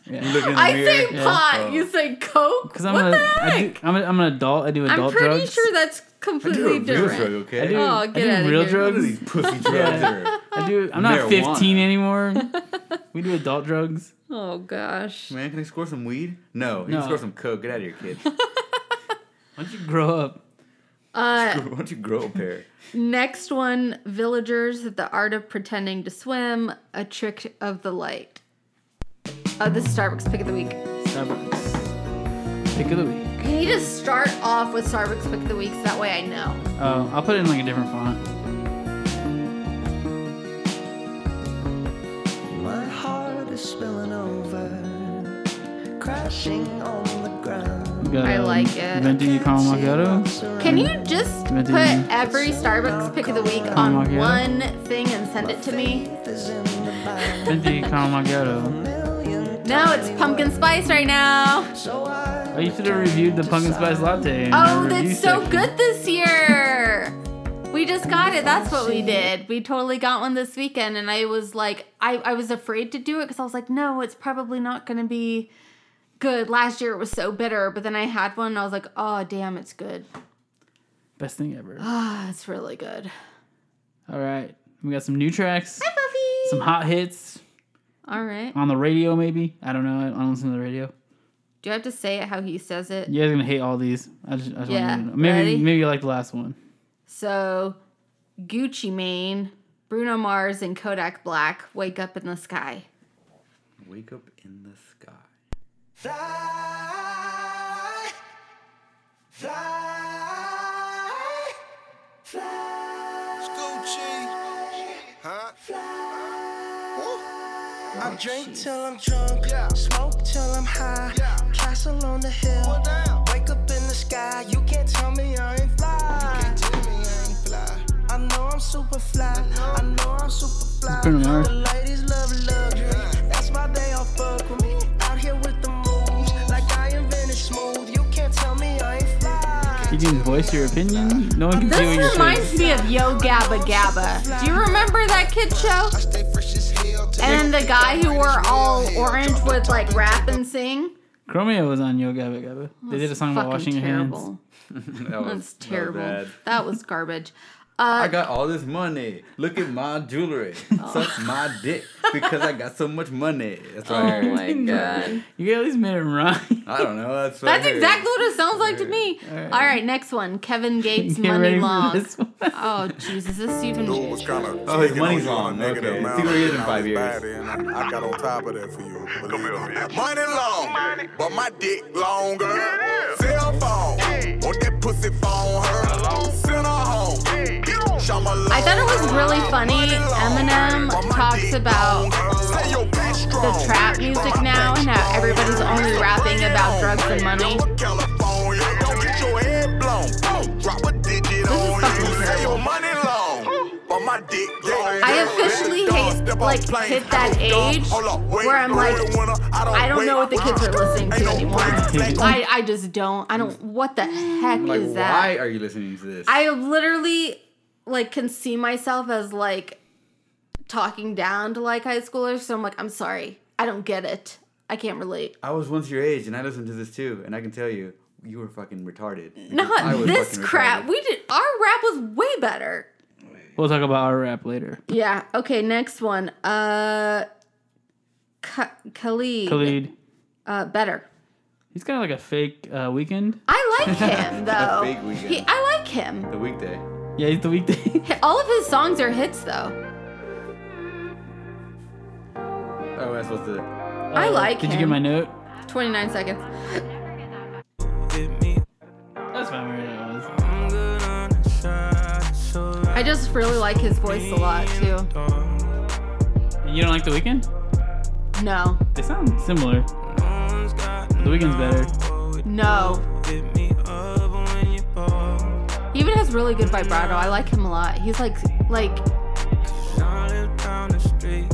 Speaker 3: Look in the
Speaker 2: I
Speaker 3: mirror.
Speaker 2: say pot.
Speaker 3: Oh.
Speaker 2: You say coke.
Speaker 1: Cause I'm
Speaker 2: what
Speaker 1: a,
Speaker 2: the heck?
Speaker 1: I do, I'm, a, I'm an adult. I do adult
Speaker 2: I'm pretty
Speaker 1: drugs.
Speaker 2: sure that's
Speaker 3: I do a
Speaker 2: completely
Speaker 3: real
Speaker 2: different.
Speaker 3: drug,
Speaker 1: I
Speaker 3: okay?
Speaker 1: do,
Speaker 2: Oh,
Speaker 1: I
Speaker 2: get
Speaker 1: do
Speaker 2: outta
Speaker 1: real
Speaker 2: here.
Speaker 3: What are
Speaker 1: drugs.
Speaker 3: these pussy drugs? are-
Speaker 1: I do. I'm not
Speaker 3: Marijuana.
Speaker 1: 15 anymore. we do adult drugs.
Speaker 2: Oh gosh.
Speaker 3: Man, can I score some weed? No, you
Speaker 1: No.
Speaker 3: can score some coke. Get out of here, kid.
Speaker 1: Why don't you grow up?
Speaker 2: Uh,
Speaker 3: Why don't you grow a pair?
Speaker 2: next one: villagers, the art of pretending to swim, a trick of the light. Oh, this is Starbucks pick of the week.
Speaker 1: Starbucks. Pick of the week.
Speaker 2: I need to start off with Starbucks pick of the week, so that way I know.
Speaker 1: Oh, I'll put it in like a different font.
Speaker 6: My heart is spilling over, crashing on the ground.
Speaker 1: Got,
Speaker 2: I like
Speaker 1: um,
Speaker 2: it.
Speaker 1: Venti caramel macchiato.
Speaker 2: Can you just
Speaker 1: Can I
Speaker 2: put
Speaker 1: do that?
Speaker 2: every Starbucks pick of the week
Speaker 1: Caramel
Speaker 2: on
Speaker 1: macchiato?
Speaker 2: one thing and send it to me?
Speaker 1: Venti caramel macchiato.
Speaker 2: No, it's pumpkin spice right now.
Speaker 1: Oh, you should have reviewed the pumpkin spice latte. in our
Speaker 2: Oh,
Speaker 1: review
Speaker 2: that's so
Speaker 1: section.
Speaker 2: good this year. We just got it. That's what we did. We totally got one this weekend, and I was like, I, I was afraid to do it because I was like, no, it's probably not going to be good. Last year it was so bitter, but then I had one, and I was like, oh, damn, it's good.
Speaker 1: Best thing ever.
Speaker 2: Ah, it's really good.
Speaker 1: All right, we got some new tracks,
Speaker 2: Buffy.
Speaker 1: some hot hits
Speaker 2: All right.
Speaker 1: on the radio. Maybe I don't know. I don't listen to the radio.
Speaker 2: Do I have to say it how he says it?
Speaker 1: You guys are gonna hate all these. I just, I just
Speaker 2: Yeah,
Speaker 1: want you to know. Maybe
Speaker 2: ready?
Speaker 1: maybe you like the last one.
Speaker 2: So, Gucci Mane, Bruno Mars, and Kodak Black wake up in the sky.
Speaker 3: Wake up in the sky.
Speaker 5: Fly, fly, fly. Huh?
Speaker 3: Oh,
Speaker 6: I drink till I'm drunk, smoke till I'm high. Castle on the hill, wake up in the sky. You can't tell me I ain't fly. I know I'm super fly. I know I'm super fly.
Speaker 1: Bruno Mars.
Speaker 6: The ladies love luxury. That's why they all fuck with me. Out here with the moves, like I invented smooth. You can't tell me I ain't fly.
Speaker 1: You can voice your opinion. No one can see what you're
Speaker 2: This
Speaker 1: saying.
Speaker 2: reminds me of Yo Gabba Gabba. Do you remember that kid show? And the guy who wore all orange would like rap and sing.
Speaker 1: Chromeo was on Yo Gabba Gabba. They did a song about
Speaker 2: Fucking
Speaker 1: washing
Speaker 2: terrible.
Speaker 1: your hands.
Speaker 3: That was,
Speaker 2: That's
Speaker 3: that was
Speaker 2: terrible. That
Speaker 3: bad.
Speaker 2: was, garbage.
Speaker 3: I
Speaker 2: Uh,
Speaker 3: got all this money. Look at my jewelry. Suck my dick because I got so much money. That's what I
Speaker 2: oh
Speaker 3: heard.
Speaker 2: my god.
Speaker 1: You at least made it rhyme.
Speaker 3: I don't know. That's what I
Speaker 2: That's
Speaker 3: heard.
Speaker 2: exactly what it sounds like to me. All
Speaker 1: right.
Speaker 2: right, next one. Kevin Gates,
Speaker 1: Get ready
Speaker 2: Money
Speaker 1: for
Speaker 2: Long.
Speaker 1: this one.
Speaker 2: Oh Jesus, this even.
Speaker 7: Dude was kind of
Speaker 3: Oh, his money's long.
Speaker 7: on you on a negative
Speaker 3: Okay.
Speaker 7: amount.
Speaker 3: See where he is in
Speaker 7: I
Speaker 3: five
Speaker 7: was
Speaker 3: years.
Speaker 7: bad in. I, I got on top of that for you. Believe me. Money long, but my dick longer. Cell phone, want that pussy phone her. Send her home.
Speaker 2: I thought it was really funny. Eminem talks about
Speaker 7: the
Speaker 2: trap music now and how everybody's only rapping about drugs and money.
Speaker 7: California, don't get your head blown. Drop a digit on
Speaker 2: fucking
Speaker 7: you. Say
Speaker 2: terrible.
Speaker 7: your money long, but my dick long.
Speaker 2: I officially hate, like, hit that age where I'm like, I don't know what the kids are listening to anymore. I, I just don't. I don't. What the heck
Speaker 3: Like,
Speaker 2: is
Speaker 3: why
Speaker 2: that?
Speaker 3: are you listening to this?
Speaker 2: I literally like can see myself as like talking down to like high schoolers. So I'm like, I'm sorry, I don't get it. I can't relate.
Speaker 3: I was once your age, and I listened to this too, and I can tell you, you were fucking retarded.
Speaker 2: Mm.
Speaker 3: Because I
Speaker 2: Not
Speaker 3: was
Speaker 2: this
Speaker 3: fucking
Speaker 2: crap.
Speaker 3: retarded.
Speaker 2: We did our rap was way better.
Speaker 1: We'll talk about our rap later.
Speaker 2: Yeah. Okay. Next one. Uh, Ka- Khalid.
Speaker 1: Khalid.
Speaker 2: Uh, better.
Speaker 1: He's kind of like a fake uh, weekend.
Speaker 2: I like him though.
Speaker 3: big weekend.
Speaker 2: He, I like him.
Speaker 3: the weekday.
Speaker 1: Yeah, he's the weekday.
Speaker 2: All of his songs are hits though.
Speaker 3: Oh, am I supposed to?
Speaker 2: I like
Speaker 1: Uh, Did
Speaker 2: him.
Speaker 1: you get my note?
Speaker 2: 29 seconds.
Speaker 1: That's fine. Where that was.
Speaker 2: I just really like his voice a lot too.
Speaker 1: You don't like the weekend?
Speaker 2: No,
Speaker 1: They sound similar. But the weekend's better.
Speaker 2: no. He even has really good vibrato. I like him a lot. He's like, like,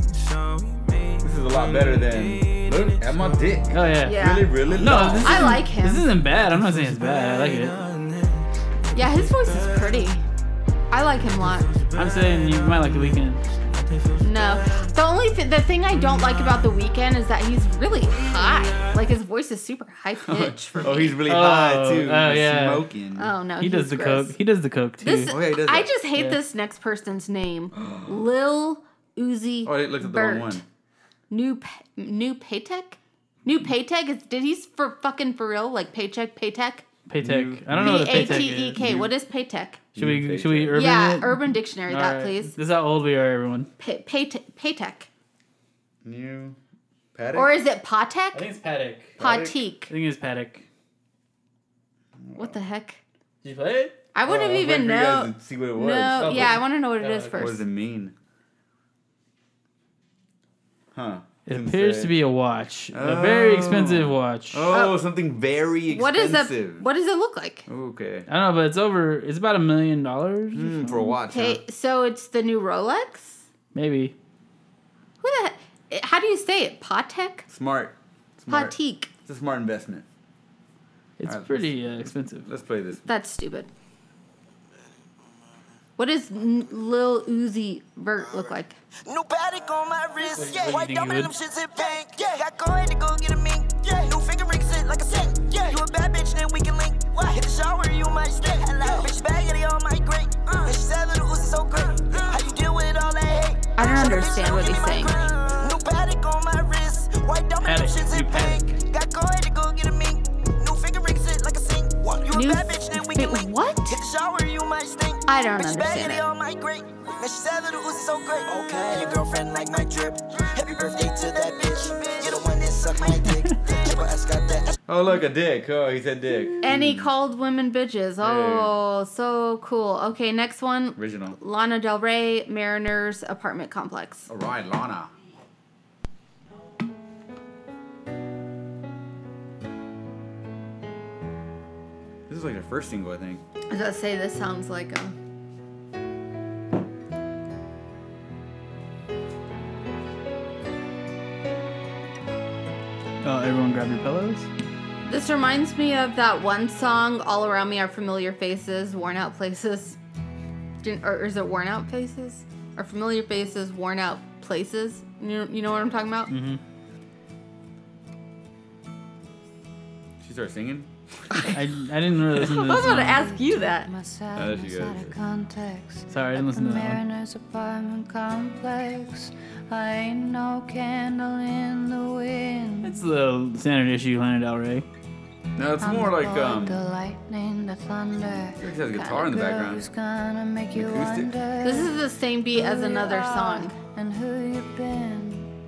Speaker 3: This is a lot better than. Look at my dick.
Speaker 1: Oh yeah.
Speaker 2: Yeah.
Speaker 3: Really, really.
Speaker 1: No,
Speaker 3: long.
Speaker 1: this
Speaker 2: I
Speaker 1: isn't-
Speaker 2: like him.
Speaker 1: This isn't bad. I'm not saying it's bad. I like it.
Speaker 2: yeah, his voice is pretty. I like him a lot.
Speaker 1: I'm saying you might like the weekend.
Speaker 2: No, the only th- the thing I don't like about The Weeknd is that he's really high. Like his voice is super high pitched for me.
Speaker 3: Oh, he's really
Speaker 1: Oh,
Speaker 3: high too.
Speaker 1: oh,
Speaker 3: He's
Speaker 1: yeah.
Speaker 3: Smoking.
Speaker 2: oh no,
Speaker 1: he
Speaker 2: he's
Speaker 1: does the
Speaker 2: gross.
Speaker 1: coke. He does the coke too.
Speaker 2: This,
Speaker 3: Oh, yeah, he does
Speaker 2: I
Speaker 3: that.
Speaker 2: just hate
Speaker 1: Yeah.
Speaker 2: this next person's name, Lil Uzi.
Speaker 3: Oh, I looked at the
Speaker 2: Vert.
Speaker 3: wrong one.
Speaker 2: New Pa- new paytech. New paytech is did he's for fucking for real like paycheck paytech.
Speaker 1: Paytech. I don't know
Speaker 2: P
Speaker 1: what a
Speaker 2: A
Speaker 1: paytech
Speaker 2: T E
Speaker 1: is.
Speaker 2: K. What is paytech?
Speaker 1: Should we? Should we?
Speaker 3: Paytech.
Speaker 1: Urban
Speaker 2: yeah,
Speaker 1: it?
Speaker 2: Urban Dictionary
Speaker 1: All
Speaker 2: that
Speaker 1: right.
Speaker 2: please.
Speaker 1: This is how old we are, everyone.
Speaker 2: Pay, payte- paytech.
Speaker 3: New. Paddock. Oh,
Speaker 2: Or is it
Speaker 1: I think
Speaker 2: Patek?
Speaker 1: it's paddock. I
Speaker 2: Patek.
Speaker 1: think it's paddock.
Speaker 2: What the heck?
Speaker 1: Did you play it?
Speaker 2: I
Speaker 3: Oh, I
Speaker 2: wouldn't
Speaker 3: was waiting
Speaker 2: even
Speaker 3: for you guys
Speaker 2: know.
Speaker 3: to See what it was.
Speaker 2: No,
Speaker 1: Oh,
Speaker 2: yeah,
Speaker 1: cool.
Speaker 2: I want to know what it
Speaker 1: Yeah,
Speaker 2: is
Speaker 1: like,
Speaker 2: first.
Speaker 3: What does it mean? Huh.
Speaker 1: It
Speaker 3: Doesn't
Speaker 1: appears
Speaker 3: say.
Speaker 1: to be a watch, a very expensive watch.
Speaker 3: Oh,
Speaker 2: Oh.
Speaker 3: something very
Speaker 2: what is
Speaker 3: expensive.
Speaker 2: that? What does it look like?
Speaker 3: Okay.
Speaker 1: I don't know, but it's over. It's about a million dollars,
Speaker 2: Hmm,
Speaker 3: Mm, for a watch. huh?
Speaker 2: Okay, so it's the new Rolex.
Speaker 1: maybe.
Speaker 2: Who the? he- How do you say it? Patek.
Speaker 3: Smart. Smart.
Speaker 2: Patek.
Speaker 3: It's a smart investment.
Speaker 1: It's
Speaker 3: Alright,
Speaker 1: pretty uh, expensive.
Speaker 3: Let's play this.
Speaker 2: That's stupid. What does N- Lil Uzi Vert look like?
Speaker 8: New paddock on my wrist, yeah.
Speaker 1: what
Speaker 8: White
Speaker 1: do you think
Speaker 8: diamond
Speaker 1: it
Speaker 8: in them shits in bank, yeah. Got coin to go get a mink, yeah. New finger rings it like a sink, yeah. You a bad bitch, then we can link. What? Hit the shower, you might stink. I like bitch baggity on my great. Uh, and she said little Uzi so great. How you deal with all that hate?
Speaker 2: I
Speaker 8: Shut up,
Speaker 2: don't
Speaker 8: bitch,
Speaker 2: understand
Speaker 8: don't
Speaker 2: what
Speaker 8: give
Speaker 2: he's
Speaker 8: me my
Speaker 2: saying.
Speaker 8: crown. New paddock on my wrist, white diamond in them
Speaker 1: Paddock,
Speaker 8: shits
Speaker 1: new
Speaker 8: in bank. Got coin to go get a mink. shower, you might stink.
Speaker 2: I don't
Speaker 8: Bitch,
Speaker 2: understand
Speaker 8: baggity
Speaker 2: it.
Speaker 8: all my great. Now she said that it was so great. Okay, your girlfriend like my drip. Happy birthday to that bitch. You're the one that sucked my dick. Triple S got that
Speaker 3: Oh, look, a dick. Oh, he said dick.
Speaker 2: And he called women bitches. Oh, so cool. Okay, next one.
Speaker 3: Original.
Speaker 2: Lana Del Rey, Mariners apartment complex.
Speaker 3: All right, Lana. This is like their first single, I think.
Speaker 2: I gotta say, this sounds like um, a.
Speaker 1: Oh, everyone grab your pillows.
Speaker 2: This reminds me of that one song, All Around Me Are Familiar Faces, Worn Out Places. Didn't, or is it Worn Out Faces? Or Familiar Faces, Worn Out Places? You, you know what I'm talking about?
Speaker 3: She starts singing.
Speaker 1: I, I didn't really listen to
Speaker 2: I
Speaker 1: this
Speaker 2: was about to
Speaker 1: one.
Speaker 2: ask you that.
Speaker 3: Oh, there she goes.
Speaker 9: context.
Speaker 1: Sorry, I didn't listen to that one.
Speaker 9: Mariners apartment complex. I ain't no candle in the wind.
Speaker 1: It's the standard issue, Lana Del Rey.
Speaker 3: No, it's
Speaker 9: I'm
Speaker 3: more
Speaker 9: the
Speaker 3: like
Speaker 9: boy,
Speaker 3: um.
Speaker 9: the lightning, the thunder.
Speaker 3: She has a guitar
Speaker 9: Kinda
Speaker 3: in the
Speaker 9: girl
Speaker 3: background.
Speaker 9: who's gonna make you
Speaker 3: Acoustic?
Speaker 9: wonder
Speaker 2: This is the same beat as
Speaker 9: who you
Speaker 2: another
Speaker 9: are
Speaker 2: song.
Speaker 9: And who you've been.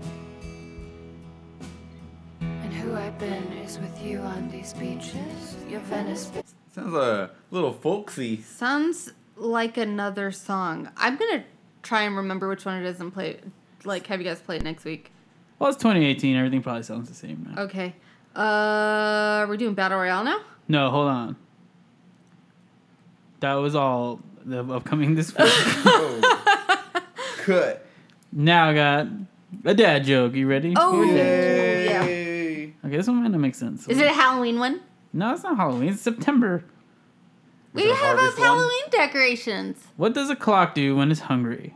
Speaker 9: And who I've been is with you on these beaches. Your Venice beach.
Speaker 3: Sounds a little folksy.
Speaker 2: Sounds like another song. I'm gonna try and remember which one it is and play it. Like, have you guys play it next week?
Speaker 1: Well, it's 2018. Everything probably sounds the same now.
Speaker 2: Okay. Uh, we're doing Battle Royale now?
Speaker 1: No, hold on. That was all the upcoming this week.
Speaker 3: Cut.
Speaker 1: now I got a dad joke. You ready?
Speaker 2: Oh, yeah.
Speaker 3: Hey.
Speaker 1: Okay, this one might not make sense.
Speaker 2: Is it a Halloween one?
Speaker 1: No, it's not Halloween. It's September.
Speaker 2: We
Speaker 3: there a
Speaker 2: have up
Speaker 3: harvest one?
Speaker 2: Halloween decorations.
Speaker 1: What does a clock do when it's hungry?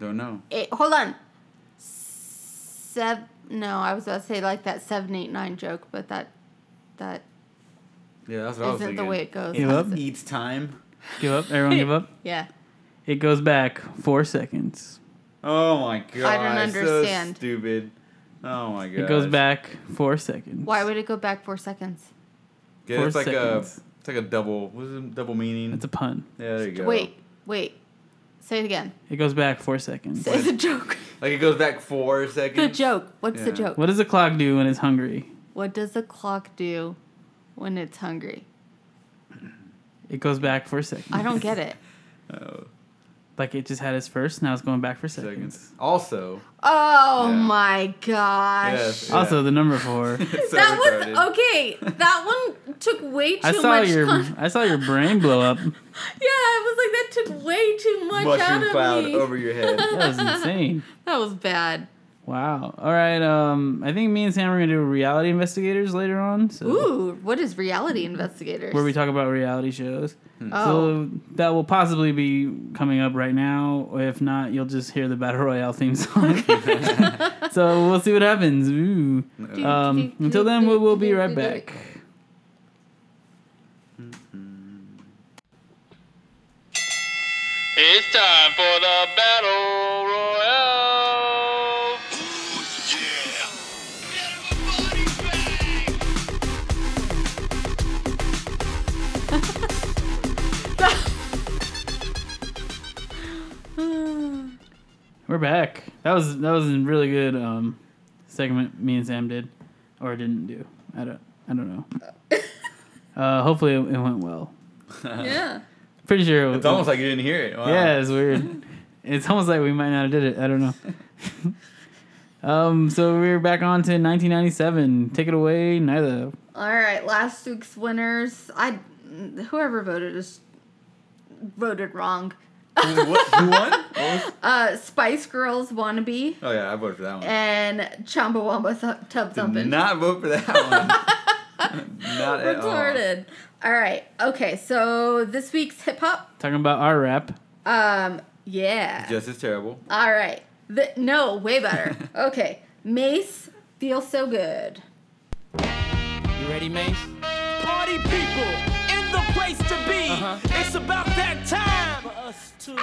Speaker 3: Don't know.
Speaker 2: Eh, hold on. Seven. No, I was about to say like that seven, eight, nine joke, but that that
Speaker 3: Yeah, that's what I was
Speaker 2: not
Speaker 3: thinking.
Speaker 2: the way it goes.
Speaker 1: Give up.
Speaker 3: Eats time.
Speaker 1: Give up. Everyone give up.
Speaker 2: Yeah.
Speaker 1: It goes back four seconds.
Speaker 3: Oh my god.
Speaker 2: understand.
Speaker 3: So stupid. Oh my god.
Speaker 1: It goes back four seconds.
Speaker 2: Why would it go back four seconds?
Speaker 3: Yeah,
Speaker 1: four
Speaker 3: it's like
Speaker 1: seconds.
Speaker 3: a. It's like a double. What is it? Double meaning.
Speaker 1: It's a pun.
Speaker 3: yeah, there you go.
Speaker 2: Wait, wait. Say it again.
Speaker 1: It goes back four seconds.
Speaker 2: Say the joke.
Speaker 3: Like it goes back four seconds.
Speaker 2: The joke. What's the
Speaker 3: Yeah.
Speaker 2: joke?
Speaker 1: What does a clock do when it's hungry?
Speaker 2: What does the clock do when it's hungry?
Speaker 1: It goes back four seconds.
Speaker 2: I don't get it.
Speaker 1: Like it just had its first. Now it's going back for seconds.
Speaker 3: Oh, Seconds. Also.
Speaker 2: Oh
Speaker 3: Yeah.
Speaker 2: my gosh.
Speaker 3: Yes.
Speaker 1: Also, the number four.
Speaker 3: It's so
Speaker 2: That
Speaker 3: retarded.
Speaker 2: was okay. That one took way too
Speaker 1: I saw
Speaker 2: much.
Speaker 1: your
Speaker 2: con-
Speaker 1: I saw your brain blow up.
Speaker 2: yeah, it was like that took way too much out
Speaker 3: Mushroom
Speaker 2: of
Speaker 3: cloud
Speaker 2: me.
Speaker 3: over your head.
Speaker 1: That was insane.
Speaker 2: that was bad.
Speaker 1: Wow. All right. Um, I think me and Sam are gonna do reality investigators later on. So
Speaker 2: Ooh, what is reality investigators?
Speaker 1: where we talk about reality shows.
Speaker 2: oh,
Speaker 1: So that will possibly be coming up right now. If not, you'll just hear the battle royale theme song. so we'll see what happens. Ooh. Um, until then, we'll, we'll be right back.
Speaker 10: It's time for the battle royale.
Speaker 1: We're back. That was that was a really good um, segment. Me and Sam did, or didn't do. I don't I don't know. uh, hopefully it, it went well.
Speaker 2: yeah.
Speaker 1: Pretty sure it
Speaker 3: It's almost like you didn't hear it. Wow.
Speaker 1: Yeah, it's weird. it's almost like we might not have did it. I don't know. um, so we're back on to 1997. Take it away, neither.
Speaker 2: All right, last week's winners. I whoever voted is voted wrong.
Speaker 3: Who, what, who won? What was-
Speaker 2: Uh, Spice Girls wannabe
Speaker 3: Oh yeah, I voted for that
Speaker 2: Eh,
Speaker 3: one.
Speaker 2: and Chumbawamba th- tub
Speaker 3: Did
Speaker 2: thumping.
Speaker 3: not vote for that one. not at all.
Speaker 2: Retarded. All right. Okay. So this week's hip hop.
Speaker 1: Talking about our rap.
Speaker 2: Um. Yeah.
Speaker 3: Just as terrible.
Speaker 2: All right. The, no, way better. okay. Mace feels so good.
Speaker 10: You ready, Mace?
Speaker 6: Party people in the place to be. It's about that time.
Speaker 10: Yeah.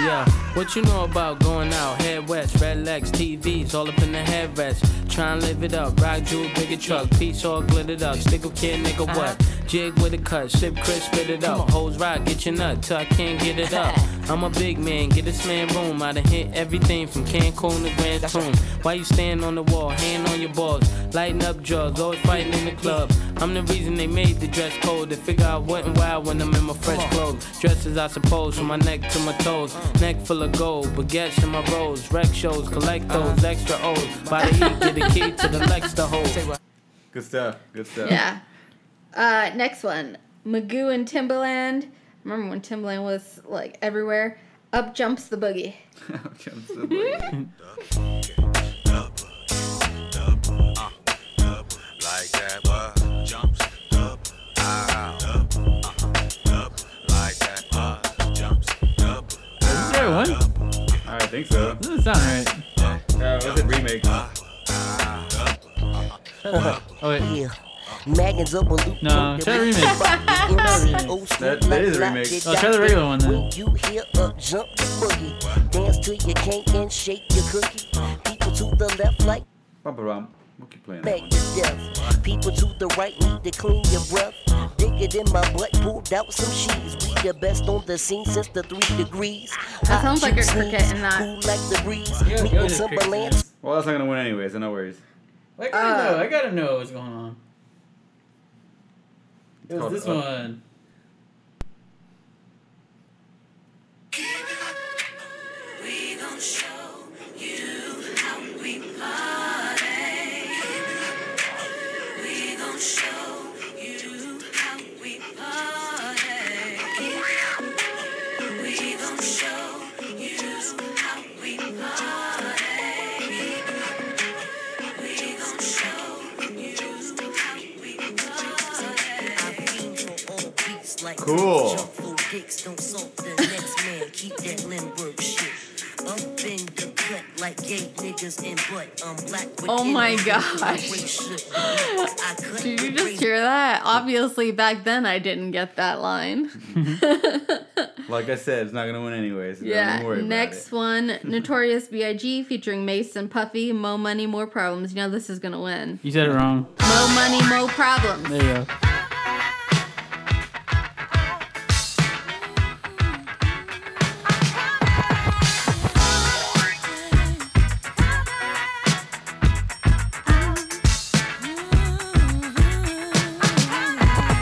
Speaker 10: Yeah, what you know about going out? Head west, red legs, TVs, all up in the headrest. Try and live it up, rock jewel, pick a truck, piece all glittered up. Stick a kid, nigga, what? Jig with a cut, sip crisp, spit it up. Hoes rock, get your nut till I can't get it up. I'm a big man, get this man room. I done hit everything from Cancun to Grand Tune. Why you stand on the wall, hand on your balls, lighting up drugs, always fighting in the club. I'm the reason they made the dress code. They figure out what and why when I'm in my fresh clothes. Dresses, I suppose, from my neck to my toes. Neck full of gold, baguettes in my rolls. Rec shows, collect those extra O's. By the heat, get a key to the Lex to hold.
Speaker 3: Good stuff. Good stuff.
Speaker 2: Yeah. Uh, next one, Magoo and Timbaland. Remember when Timbaland was like everywhere? Up jumps the boogie.
Speaker 3: Up jumps the boogie.
Speaker 11: Like that, uh, jumps up, out, up, uh, up, like that, uh, jumps up.
Speaker 1: Is there one?
Speaker 3: I think so.
Speaker 1: Doesn't sound right.
Speaker 3: Uh, was it remake?
Speaker 1: Oh wait.
Speaker 8: Magnets up on loop.
Speaker 1: No, try the remix.
Speaker 3: That, that is a remake.
Speaker 1: Oh, try the regular one then.
Speaker 8: You hear up, jump the boogie. Dance till you can't and shake your cookie. People to the left like
Speaker 3: Bump around. We'll keep playing that
Speaker 8: back
Speaker 3: one.
Speaker 8: to death. People to the right need to clean your breath. Dig it in my butt, pulled out some cheese. We the best on the scene since the three degrees.
Speaker 2: That sounds like a
Speaker 8: chick
Speaker 2: cricket
Speaker 8: sneeze,
Speaker 2: and not-
Speaker 8: Cool like the breeze.
Speaker 1: Yeah,
Speaker 8: Me
Speaker 1: yeah,
Speaker 8: and
Speaker 1: it's
Speaker 8: some
Speaker 1: cricket.
Speaker 8: balance.
Speaker 3: Well, that's not gonna win anyways. So no worries.
Speaker 1: I gotta know. I gotta know what's going on. uh, It was
Speaker 3: called
Speaker 1: this
Speaker 3: Up.
Speaker 1: one.
Speaker 4: We gon' show you how we party. We gon' show you how we party. We gon' show you how we party. We gon' show you how we party.
Speaker 3: Cool.
Speaker 2: Oh my gosh. Did you just hear that? Obviously, back then I didn't get that line.
Speaker 3: Like I said, it's not gonna win anyways. so
Speaker 2: yeah.
Speaker 3: Don't worry
Speaker 2: Next
Speaker 3: about
Speaker 2: one, Notorious B.I.G. featuring Mace and Puffy. Mo money, more problems. You know this is gonna win.
Speaker 1: You said it wrong.
Speaker 2: Mo money, mo problems.
Speaker 1: There you go.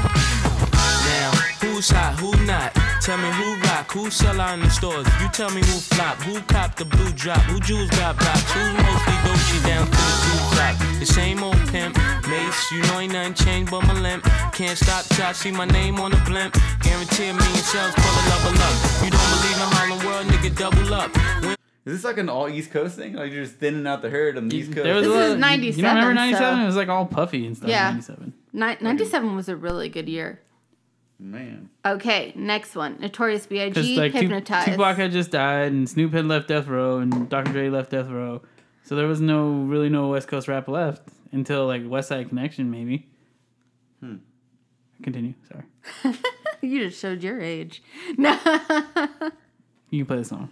Speaker 10: Now, who's hot, who not? Tell me who rock, who sell out in the stores. You tell me who flop, who cop the blue drop, who jewels got blocks, who mostly doji down to the blue drop. The same old pimp, Mace, you know ain't nothing changed but my limp. Can't stop till I see my name on the blimp. Guarantee me and shells pull a level up. You don't believe in Harlem World, nigga, double up. When
Speaker 3: it. Is this like an all East Coast thing? Like you're just thinning out the herd on the East Coast?
Speaker 1: There was
Speaker 2: This
Speaker 1: a lot
Speaker 2: is
Speaker 1: of-
Speaker 2: 97,
Speaker 1: You don't remember
Speaker 2: so-
Speaker 1: 97? It was like all puffy and stuff.
Speaker 2: Yeah.
Speaker 1: 97.
Speaker 2: Ni- 97 was a really good year.
Speaker 3: Man.
Speaker 2: Okay, next one. Notorious
Speaker 1: Because
Speaker 2: B.I.G.
Speaker 1: like Tu-
Speaker 2: Hypnotized.
Speaker 1: Tupac had just died, and Snoop had left Death Row, and Dr. Dre left Death Row, so there was no really no West Coast rap left until like West Side Connection maybe. Continue. Sorry,
Speaker 2: you just showed your age. No.
Speaker 1: you can play the song.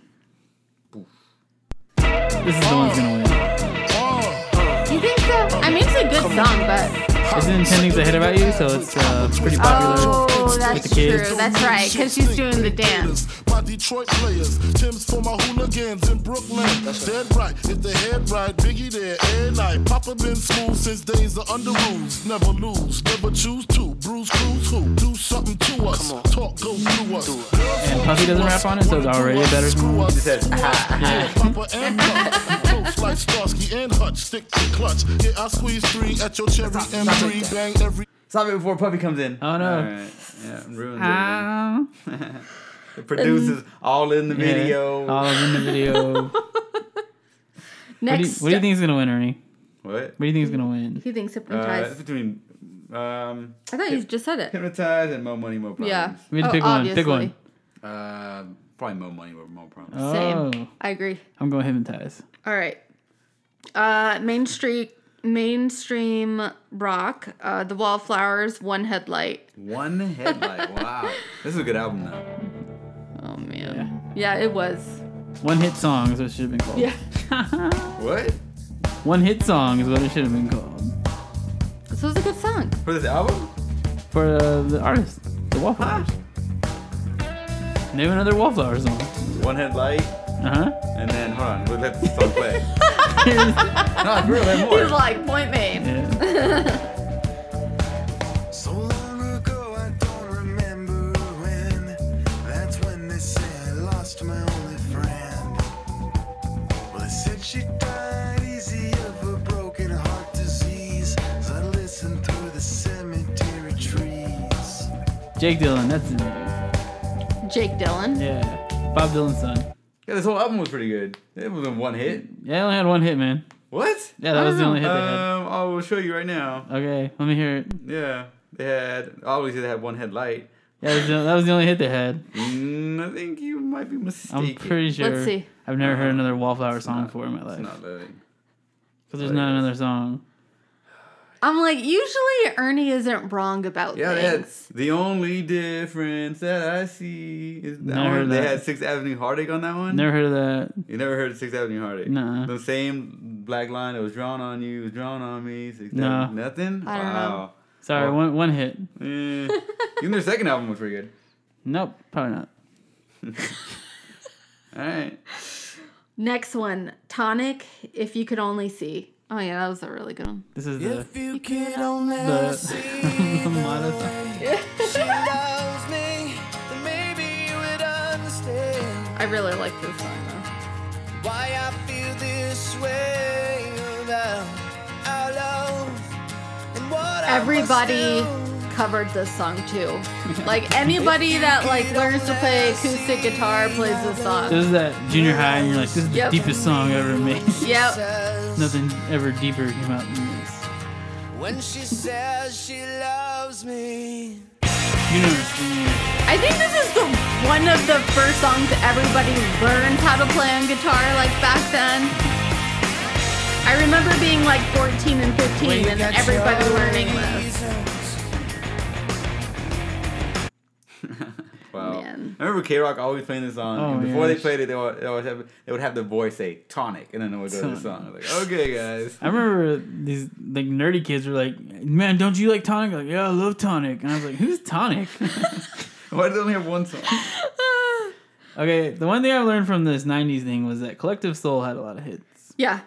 Speaker 1: This is the one that's gonna win.
Speaker 2: you think so? I mean, it's a good song, but.
Speaker 1: It's intending to hit about you, so it's uh, pretty popular.
Speaker 2: Oh,
Speaker 1: With
Speaker 2: that's
Speaker 1: the kids.
Speaker 2: true. That's right, because she's doing the dance.
Speaker 12: My Detroit players, Tim's for my hooligans in Brooklyn. Dead right, if they head right, Biggie there, and I. Papa been school since days of under rules. Never lose, never choose to. Bruce Cruz who do something to us. Talk go through us.
Speaker 1: And Puffy doesn't rap on it, so it's already a better.
Speaker 12: He
Speaker 3: says,
Speaker 12: Papa and Puff, close like Starsky and Hutch, stick to clutch. Yeah, I squeeze three at your cherry M3, bang every.
Speaker 3: Stop it before Puffy comes in.
Speaker 1: Oh, no.
Speaker 3: All right. Yeah, ruins it.
Speaker 1: Ah.
Speaker 3: The producers all in the
Speaker 1: Yeah, Ah.
Speaker 3: video.
Speaker 1: All in the video. what, do you,
Speaker 2: Next.
Speaker 1: what do you think is gonna win, Ernie?
Speaker 3: What?
Speaker 1: What do you think is gonna win?
Speaker 2: He thinks
Speaker 3: Uh, it's
Speaker 2: hypnotized.
Speaker 3: between um,
Speaker 2: I thought you just said it.
Speaker 3: hypnotized and Mo Money Mo Problems.
Speaker 2: Yeah.
Speaker 1: We had to
Speaker 2: Oh,
Speaker 1: pick one. Pick one.
Speaker 2: obviously.
Speaker 3: Uh, probably Mo Money Mo Mo Problems.
Speaker 1: Oh,
Speaker 2: Same. I agree.
Speaker 1: I'm going hypnotize.
Speaker 2: All right. Uh, Main Street, mainstream rock. Uh, the Wallflowers, One Headlight.
Speaker 3: One headlight. wow. This is a good album though.
Speaker 2: Oh man. Yeah, it was.
Speaker 1: One hit song is what it should have been called.
Speaker 2: Yeah.
Speaker 3: What?
Speaker 1: One hit song is what it should have been called
Speaker 2: This was a good song.
Speaker 3: For this album?
Speaker 1: for uh, the artist, the Wallflowers. Name another Wallflower song.
Speaker 3: One headlight.
Speaker 1: Uh huh.
Speaker 3: And then hold on, we'll let this song play. no, it's real. There's more.
Speaker 2: He's like, point me.
Speaker 5: So long ago, I don't remember when. That's when they say I lost my only friend. Well, they said she died easy of a broken heart disease. As I listened through the cemetery trees.
Speaker 1: Jake Dylan, that's his name.
Speaker 2: Jake Dylan.
Speaker 1: Yeah. Bob Dylan's son.
Speaker 3: Yeah, this whole album was pretty good. It was in one hit.
Speaker 1: Yeah, they only had one hit, man.
Speaker 3: What?
Speaker 1: Yeah, that was the only hit they had.
Speaker 3: Um, I will show you right now.
Speaker 1: Okay, let me hear it.
Speaker 3: Yeah, they had. Obviously, they had one headlight.
Speaker 1: Yeah, that was the, that was the only hit they had.
Speaker 3: Mm, I think you might be mistaken.
Speaker 1: I'm pretty sure.
Speaker 2: Let's see.
Speaker 1: I've never heard another Wallflower song before in my life.
Speaker 3: It's not loading.
Speaker 1: Because there's not another song.
Speaker 2: I'm like, usually Ernie isn't wrong about
Speaker 3: Yeah, they had,
Speaker 2: things.
Speaker 3: the only difference that I see is that
Speaker 1: Never
Speaker 3: one. They
Speaker 1: that.
Speaker 3: had Sixth Avenue Heartache on that one.
Speaker 1: Never heard of that.
Speaker 3: You never heard of Sixth Avenue Heartache?
Speaker 1: Nuh-uh.
Speaker 3: The same black line that was drawn on you was drawn on me. Sixth
Speaker 1: No.
Speaker 3: Avenue- Nothing?
Speaker 2: I don't know.
Speaker 1: Sorry,
Speaker 3: Well-
Speaker 1: one one hit.
Speaker 3: Eh. Even their second album was pretty good.
Speaker 1: Nope, probably not.
Speaker 3: All right.
Speaker 2: Next one, Tonic. If you could only see. Oh yeah, that was a really good one.
Speaker 1: This is the
Speaker 5: If you could only
Speaker 1: the,
Speaker 5: see
Speaker 1: the modest song.
Speaker 5: she loves me, then maybe you would understand.
Speaker 2: I really like this song though.
Speaker 5: why I feel this way about our love and what
Speaker 2: Everybody
Speaker 5: I must do.
Speaker 2: covered this song too. Like anybody that like learns to play acoustic guitar plays this song.
Speaker 1: This is that junior high, and you're like, this is the
Speaker 2: Yep.
Speaker 1: deepest song ever made.
Speaker 2: Yep.
Speaker 1: Nothing ever deeper came out than this.
Speaker 5: When she says she loves me,
Speaker 1: You never seen it.
Speaker 2: I think this is the one of the first songs that everybody learned how to play on guitar like back then. I remember being like 14 and 15 and everybody learning this.
Speaker 3: Wow.
Speaker 2: Man.
Speaker 3: I remember K Rock always playing this song.
Speaker 1: Oh
Speaker 3: and
Speaker 1: my
Speaker 3: before they
Speaker 1: gosh.
Speaker 3: played it, they would, they, would have, they would have the boy say tonic, and then they would go to the song. I was like, okay, guys.
Speaker 1: I remember these like nerdy kids were like, "Man, don't you like Tonic?" Like, yeah, I love Tonic. And I was like, "Who's Tonic?"
Speaker 3: Why do they only have one song?
Speaker 1: okay, the one thing I learned from this '90s thing was that Collective Soul had a lot of hits.
Speaker 2: Yeah.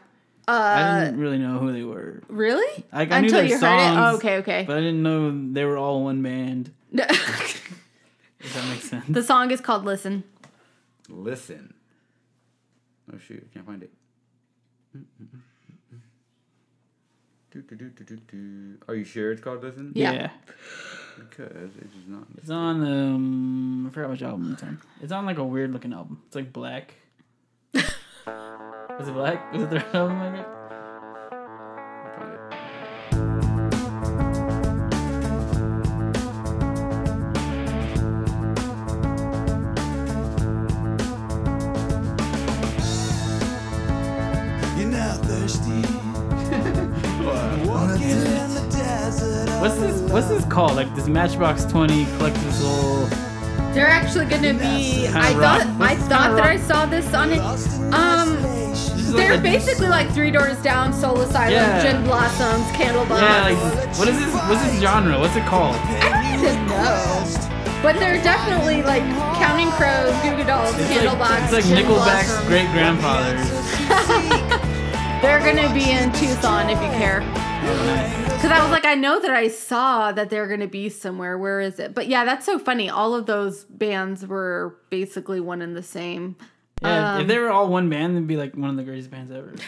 Speaker 1: I
Speaker 2: Uh,
Speaker 1: didn't really know who they were,
Speaker 2: really?
Speaker 1: I- I knew their songs,
Speaker 2: Oh, okay, okay.
Speaker 1: but I didn't know they were all one band. If that makes sense.
Speaker 2: the song is called "Listen."
Speaker 3: Listen. Oh shoot, I can't find it. Do, do, do, do, do, do. Are you sure it's called Listen?
Speaker 2: Yeah.
Speaker 3: Because it is not.
Speaker 1: It's on um I forgot which album it's on. It's on like a weird looking album. It's like black. Was it black? Was it their album? I think?
Speaker 5: you're not thirsty. Walking in the desert. of
Speaker 1: What's this what's this called? Like this Matchbox Twenty collective soul
Speaker 2: They're actually gonna be. I
Speaker 1: rock.
Speaker 2: thought I
Speaker 1: This is
Speaker 2: thought
Speaker 1: kinda
Speaker 2: that
Speaker 1: rock.
Speaker 2: I saw this on it. Um,
Speaker 1: This is like
Speaker 2: they're
Speaker 1: a-
Speaker 2: basically like Three Doors Down, Soul Asylum,
Speaker 1: Yeah.
Speaker 2: Gin Blossoms, Candlebox.
Speaker 1: Yeah, like what is this what's this genre? What's it called?
Speaker 2: I don't even know. But they're definitely like Counting Crows, Goo Goo Dolls, Candlebox.
Speaker 1: It's like
Speaker 2: Gin
Speaker 1: Nickelback's
Speaker 2: Blossoms.
Speaker 1: great grandfather.
Speaker 2: They're gonna be in Tucson if you care. Because I was like, I know that I saw that they're gonna be somewhere. Where is it? But yeah, that's so funny. All of those bands were basically one and the same.
Speaker 1: Yeah,
Speaker 2: um,
Speaker 1: if they were all one band, they'd be like one of the greatest bands ever.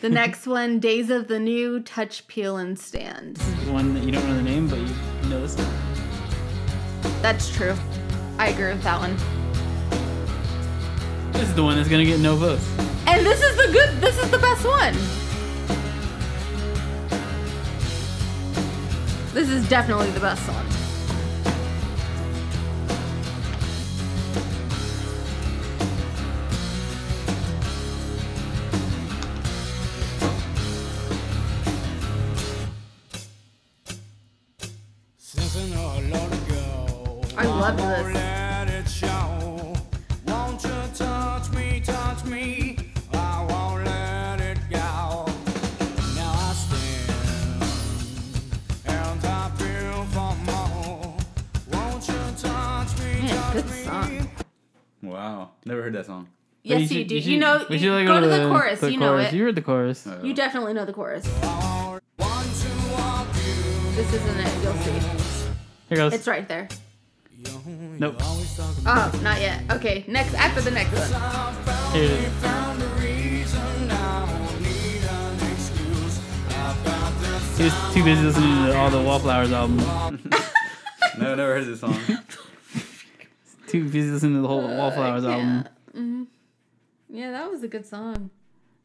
Speaker 2: The next one, Days of the New, Touch, Peel, and Stand.
Speaker 1: one that you don't know the name, but you know this. one.
Speaker 2: That's true. I agree with that one.
Speaker 1: This is the one that's gonna get no votes.
Speaker 2: And this is the good. This is the best one. This is definitely the best one.
Speaker 5: Since an hour long ago,
Speaker 2: I love
Speaker 5: won't
Speaker 2: this.
Speaker 5: let it show.
Speaker 3: Never heard that song.
Speaker 2: Yes, you do. You know-
Speaker 1: we
Speaker 2: you-
Speaker 1: should like
Speaker 2: go to the chorus, you know
Speaker 1: chorus.
Speaker 2: it.
Speaker 1: You heard the chorus.
Speaker 2: You definitely know the chorus. This isn't it. You'll see.
Speaker 1: Here goes.
Speaker 2: It's right there.
Speaker 1: Nope.
Speaker 2: Oh, not yet. Okay, next after the next one.
Speaker 1: Here it is. He was too busy listening to all the Wallflowers album.
Speaker 3: No, never heard this song.
Speaker 1: too busy listening to the whole Wallflowers album.
Speaker 2: Mhm. Yeah, that was a good song.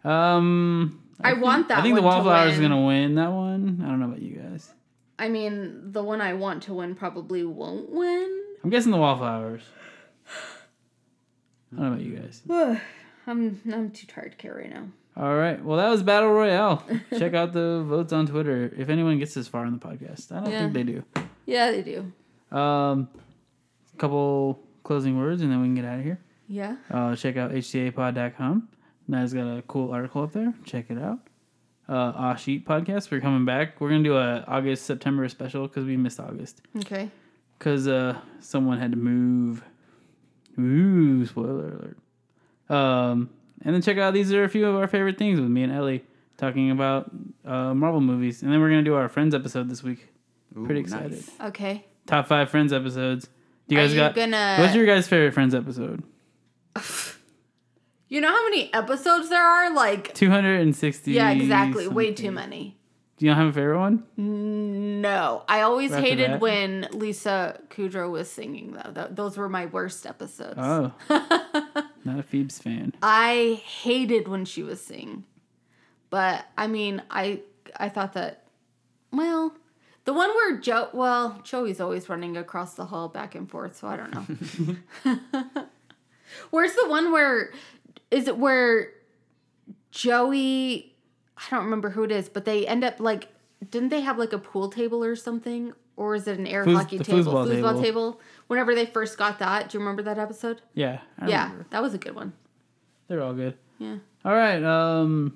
Speaker 1: Um,
Speaker 2: I want that
Speaker 1: I think the
Speaker 2: one to
Speaker 1: Wallflowers is
Speaker 2: win.
Speaker 1: gonna win that one. I don't know about you guys.
Speaker 2: I mean, the one I want to win probably won't win.
Speaker 1: I'm guessing the Wallflowers. I don't know about you guys.
Speaker 2: I'm I'm too tired to care right now.
Speaker 1: All right. Well, that was Battle Royale. Check out the votes on Twitter if anyone gets this far in the podcast. I don't
Speaker 2: Yeah.
Speaker 1: think they do.
Speaker 2: Yeah, they do.
Speaker 1: Um, couple closing words, and then we can get out of here.
Speaker 2: Yeah.
Speaker 1: Uh, check out htapod.com. Nada's got a cool article up there. Check it out. Uh, Osh Eat podcast. We're coming back. We're gonna do a August September special because we missed August
Speaker 2: Okay.
Speaker 1: because uh, someone had to move. Ooh, spoiler alert. Um, and then check out these are a few of our favorite things with me and Ellie talking about uh, Marvel movies, and then we're gonna do our Friends episode this week. Pretty excited.
Speaker 2: Okay.
Speaker 1: Top five Friends episodes. Do you
Speaker 2: Are
Speaker 1: guys
Speaker 2: you
Speaker 1: got?
Speaker 2: gonna-
Speaker 1: What's your guys' favorite Friends episode?
Speaker 2: You know how many episodes there are? Like,
Speaker 1: Two hundred and sixty.
Speaker 2: yeah, exactly. Way too many.
Speaker 1: Do you not have a favorite one?
Speaker 2: No, I always
Speaker 1: After
Speaker 2: hated
Speaker 1: that?
Speaker 2: when Lisa Kudrow was singing though. Th- those were my worst episodes.
Speaker 1: Oh, not a Phoebe's fan.
Speaker 2: I hated when she was singing. But I mean, I I thought that well, the one where Joe well, Joey's always running across the hall back and forth, so I don't know. Where's the one where is it where Joey I don't remember who it is, but they end up like didn't they have like a pool table or something? Or is it an air
Speaker 1: Foos-
Speaker 2: hockey
Speaker 1: the
Speaker 2: table?
Speaker 1: foosball table.
Speaker 2: table. Whenever they first got that, do you remember that episode?
Speaker 1: Yeah. I
Speaker 2: yeah,
Speaker 1: remember.
Speaker 2: that was a good one.
Speaker 1: They're all good.
Speaker 2: Yeah.
Speaker 1: All right. Um,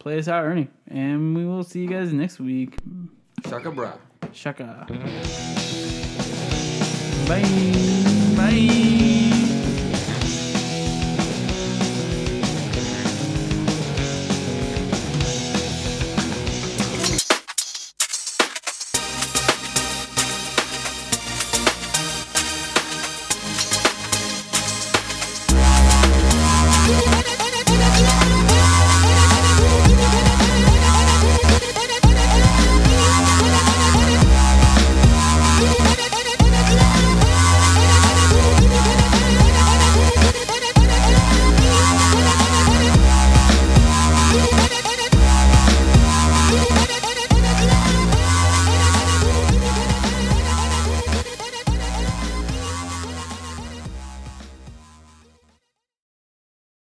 Speaker 1: play us out, Ernie, and we will see you guys next week.
Speaker 3: Shaka bra.
Speaker 1: Shaka. Bye. Bye.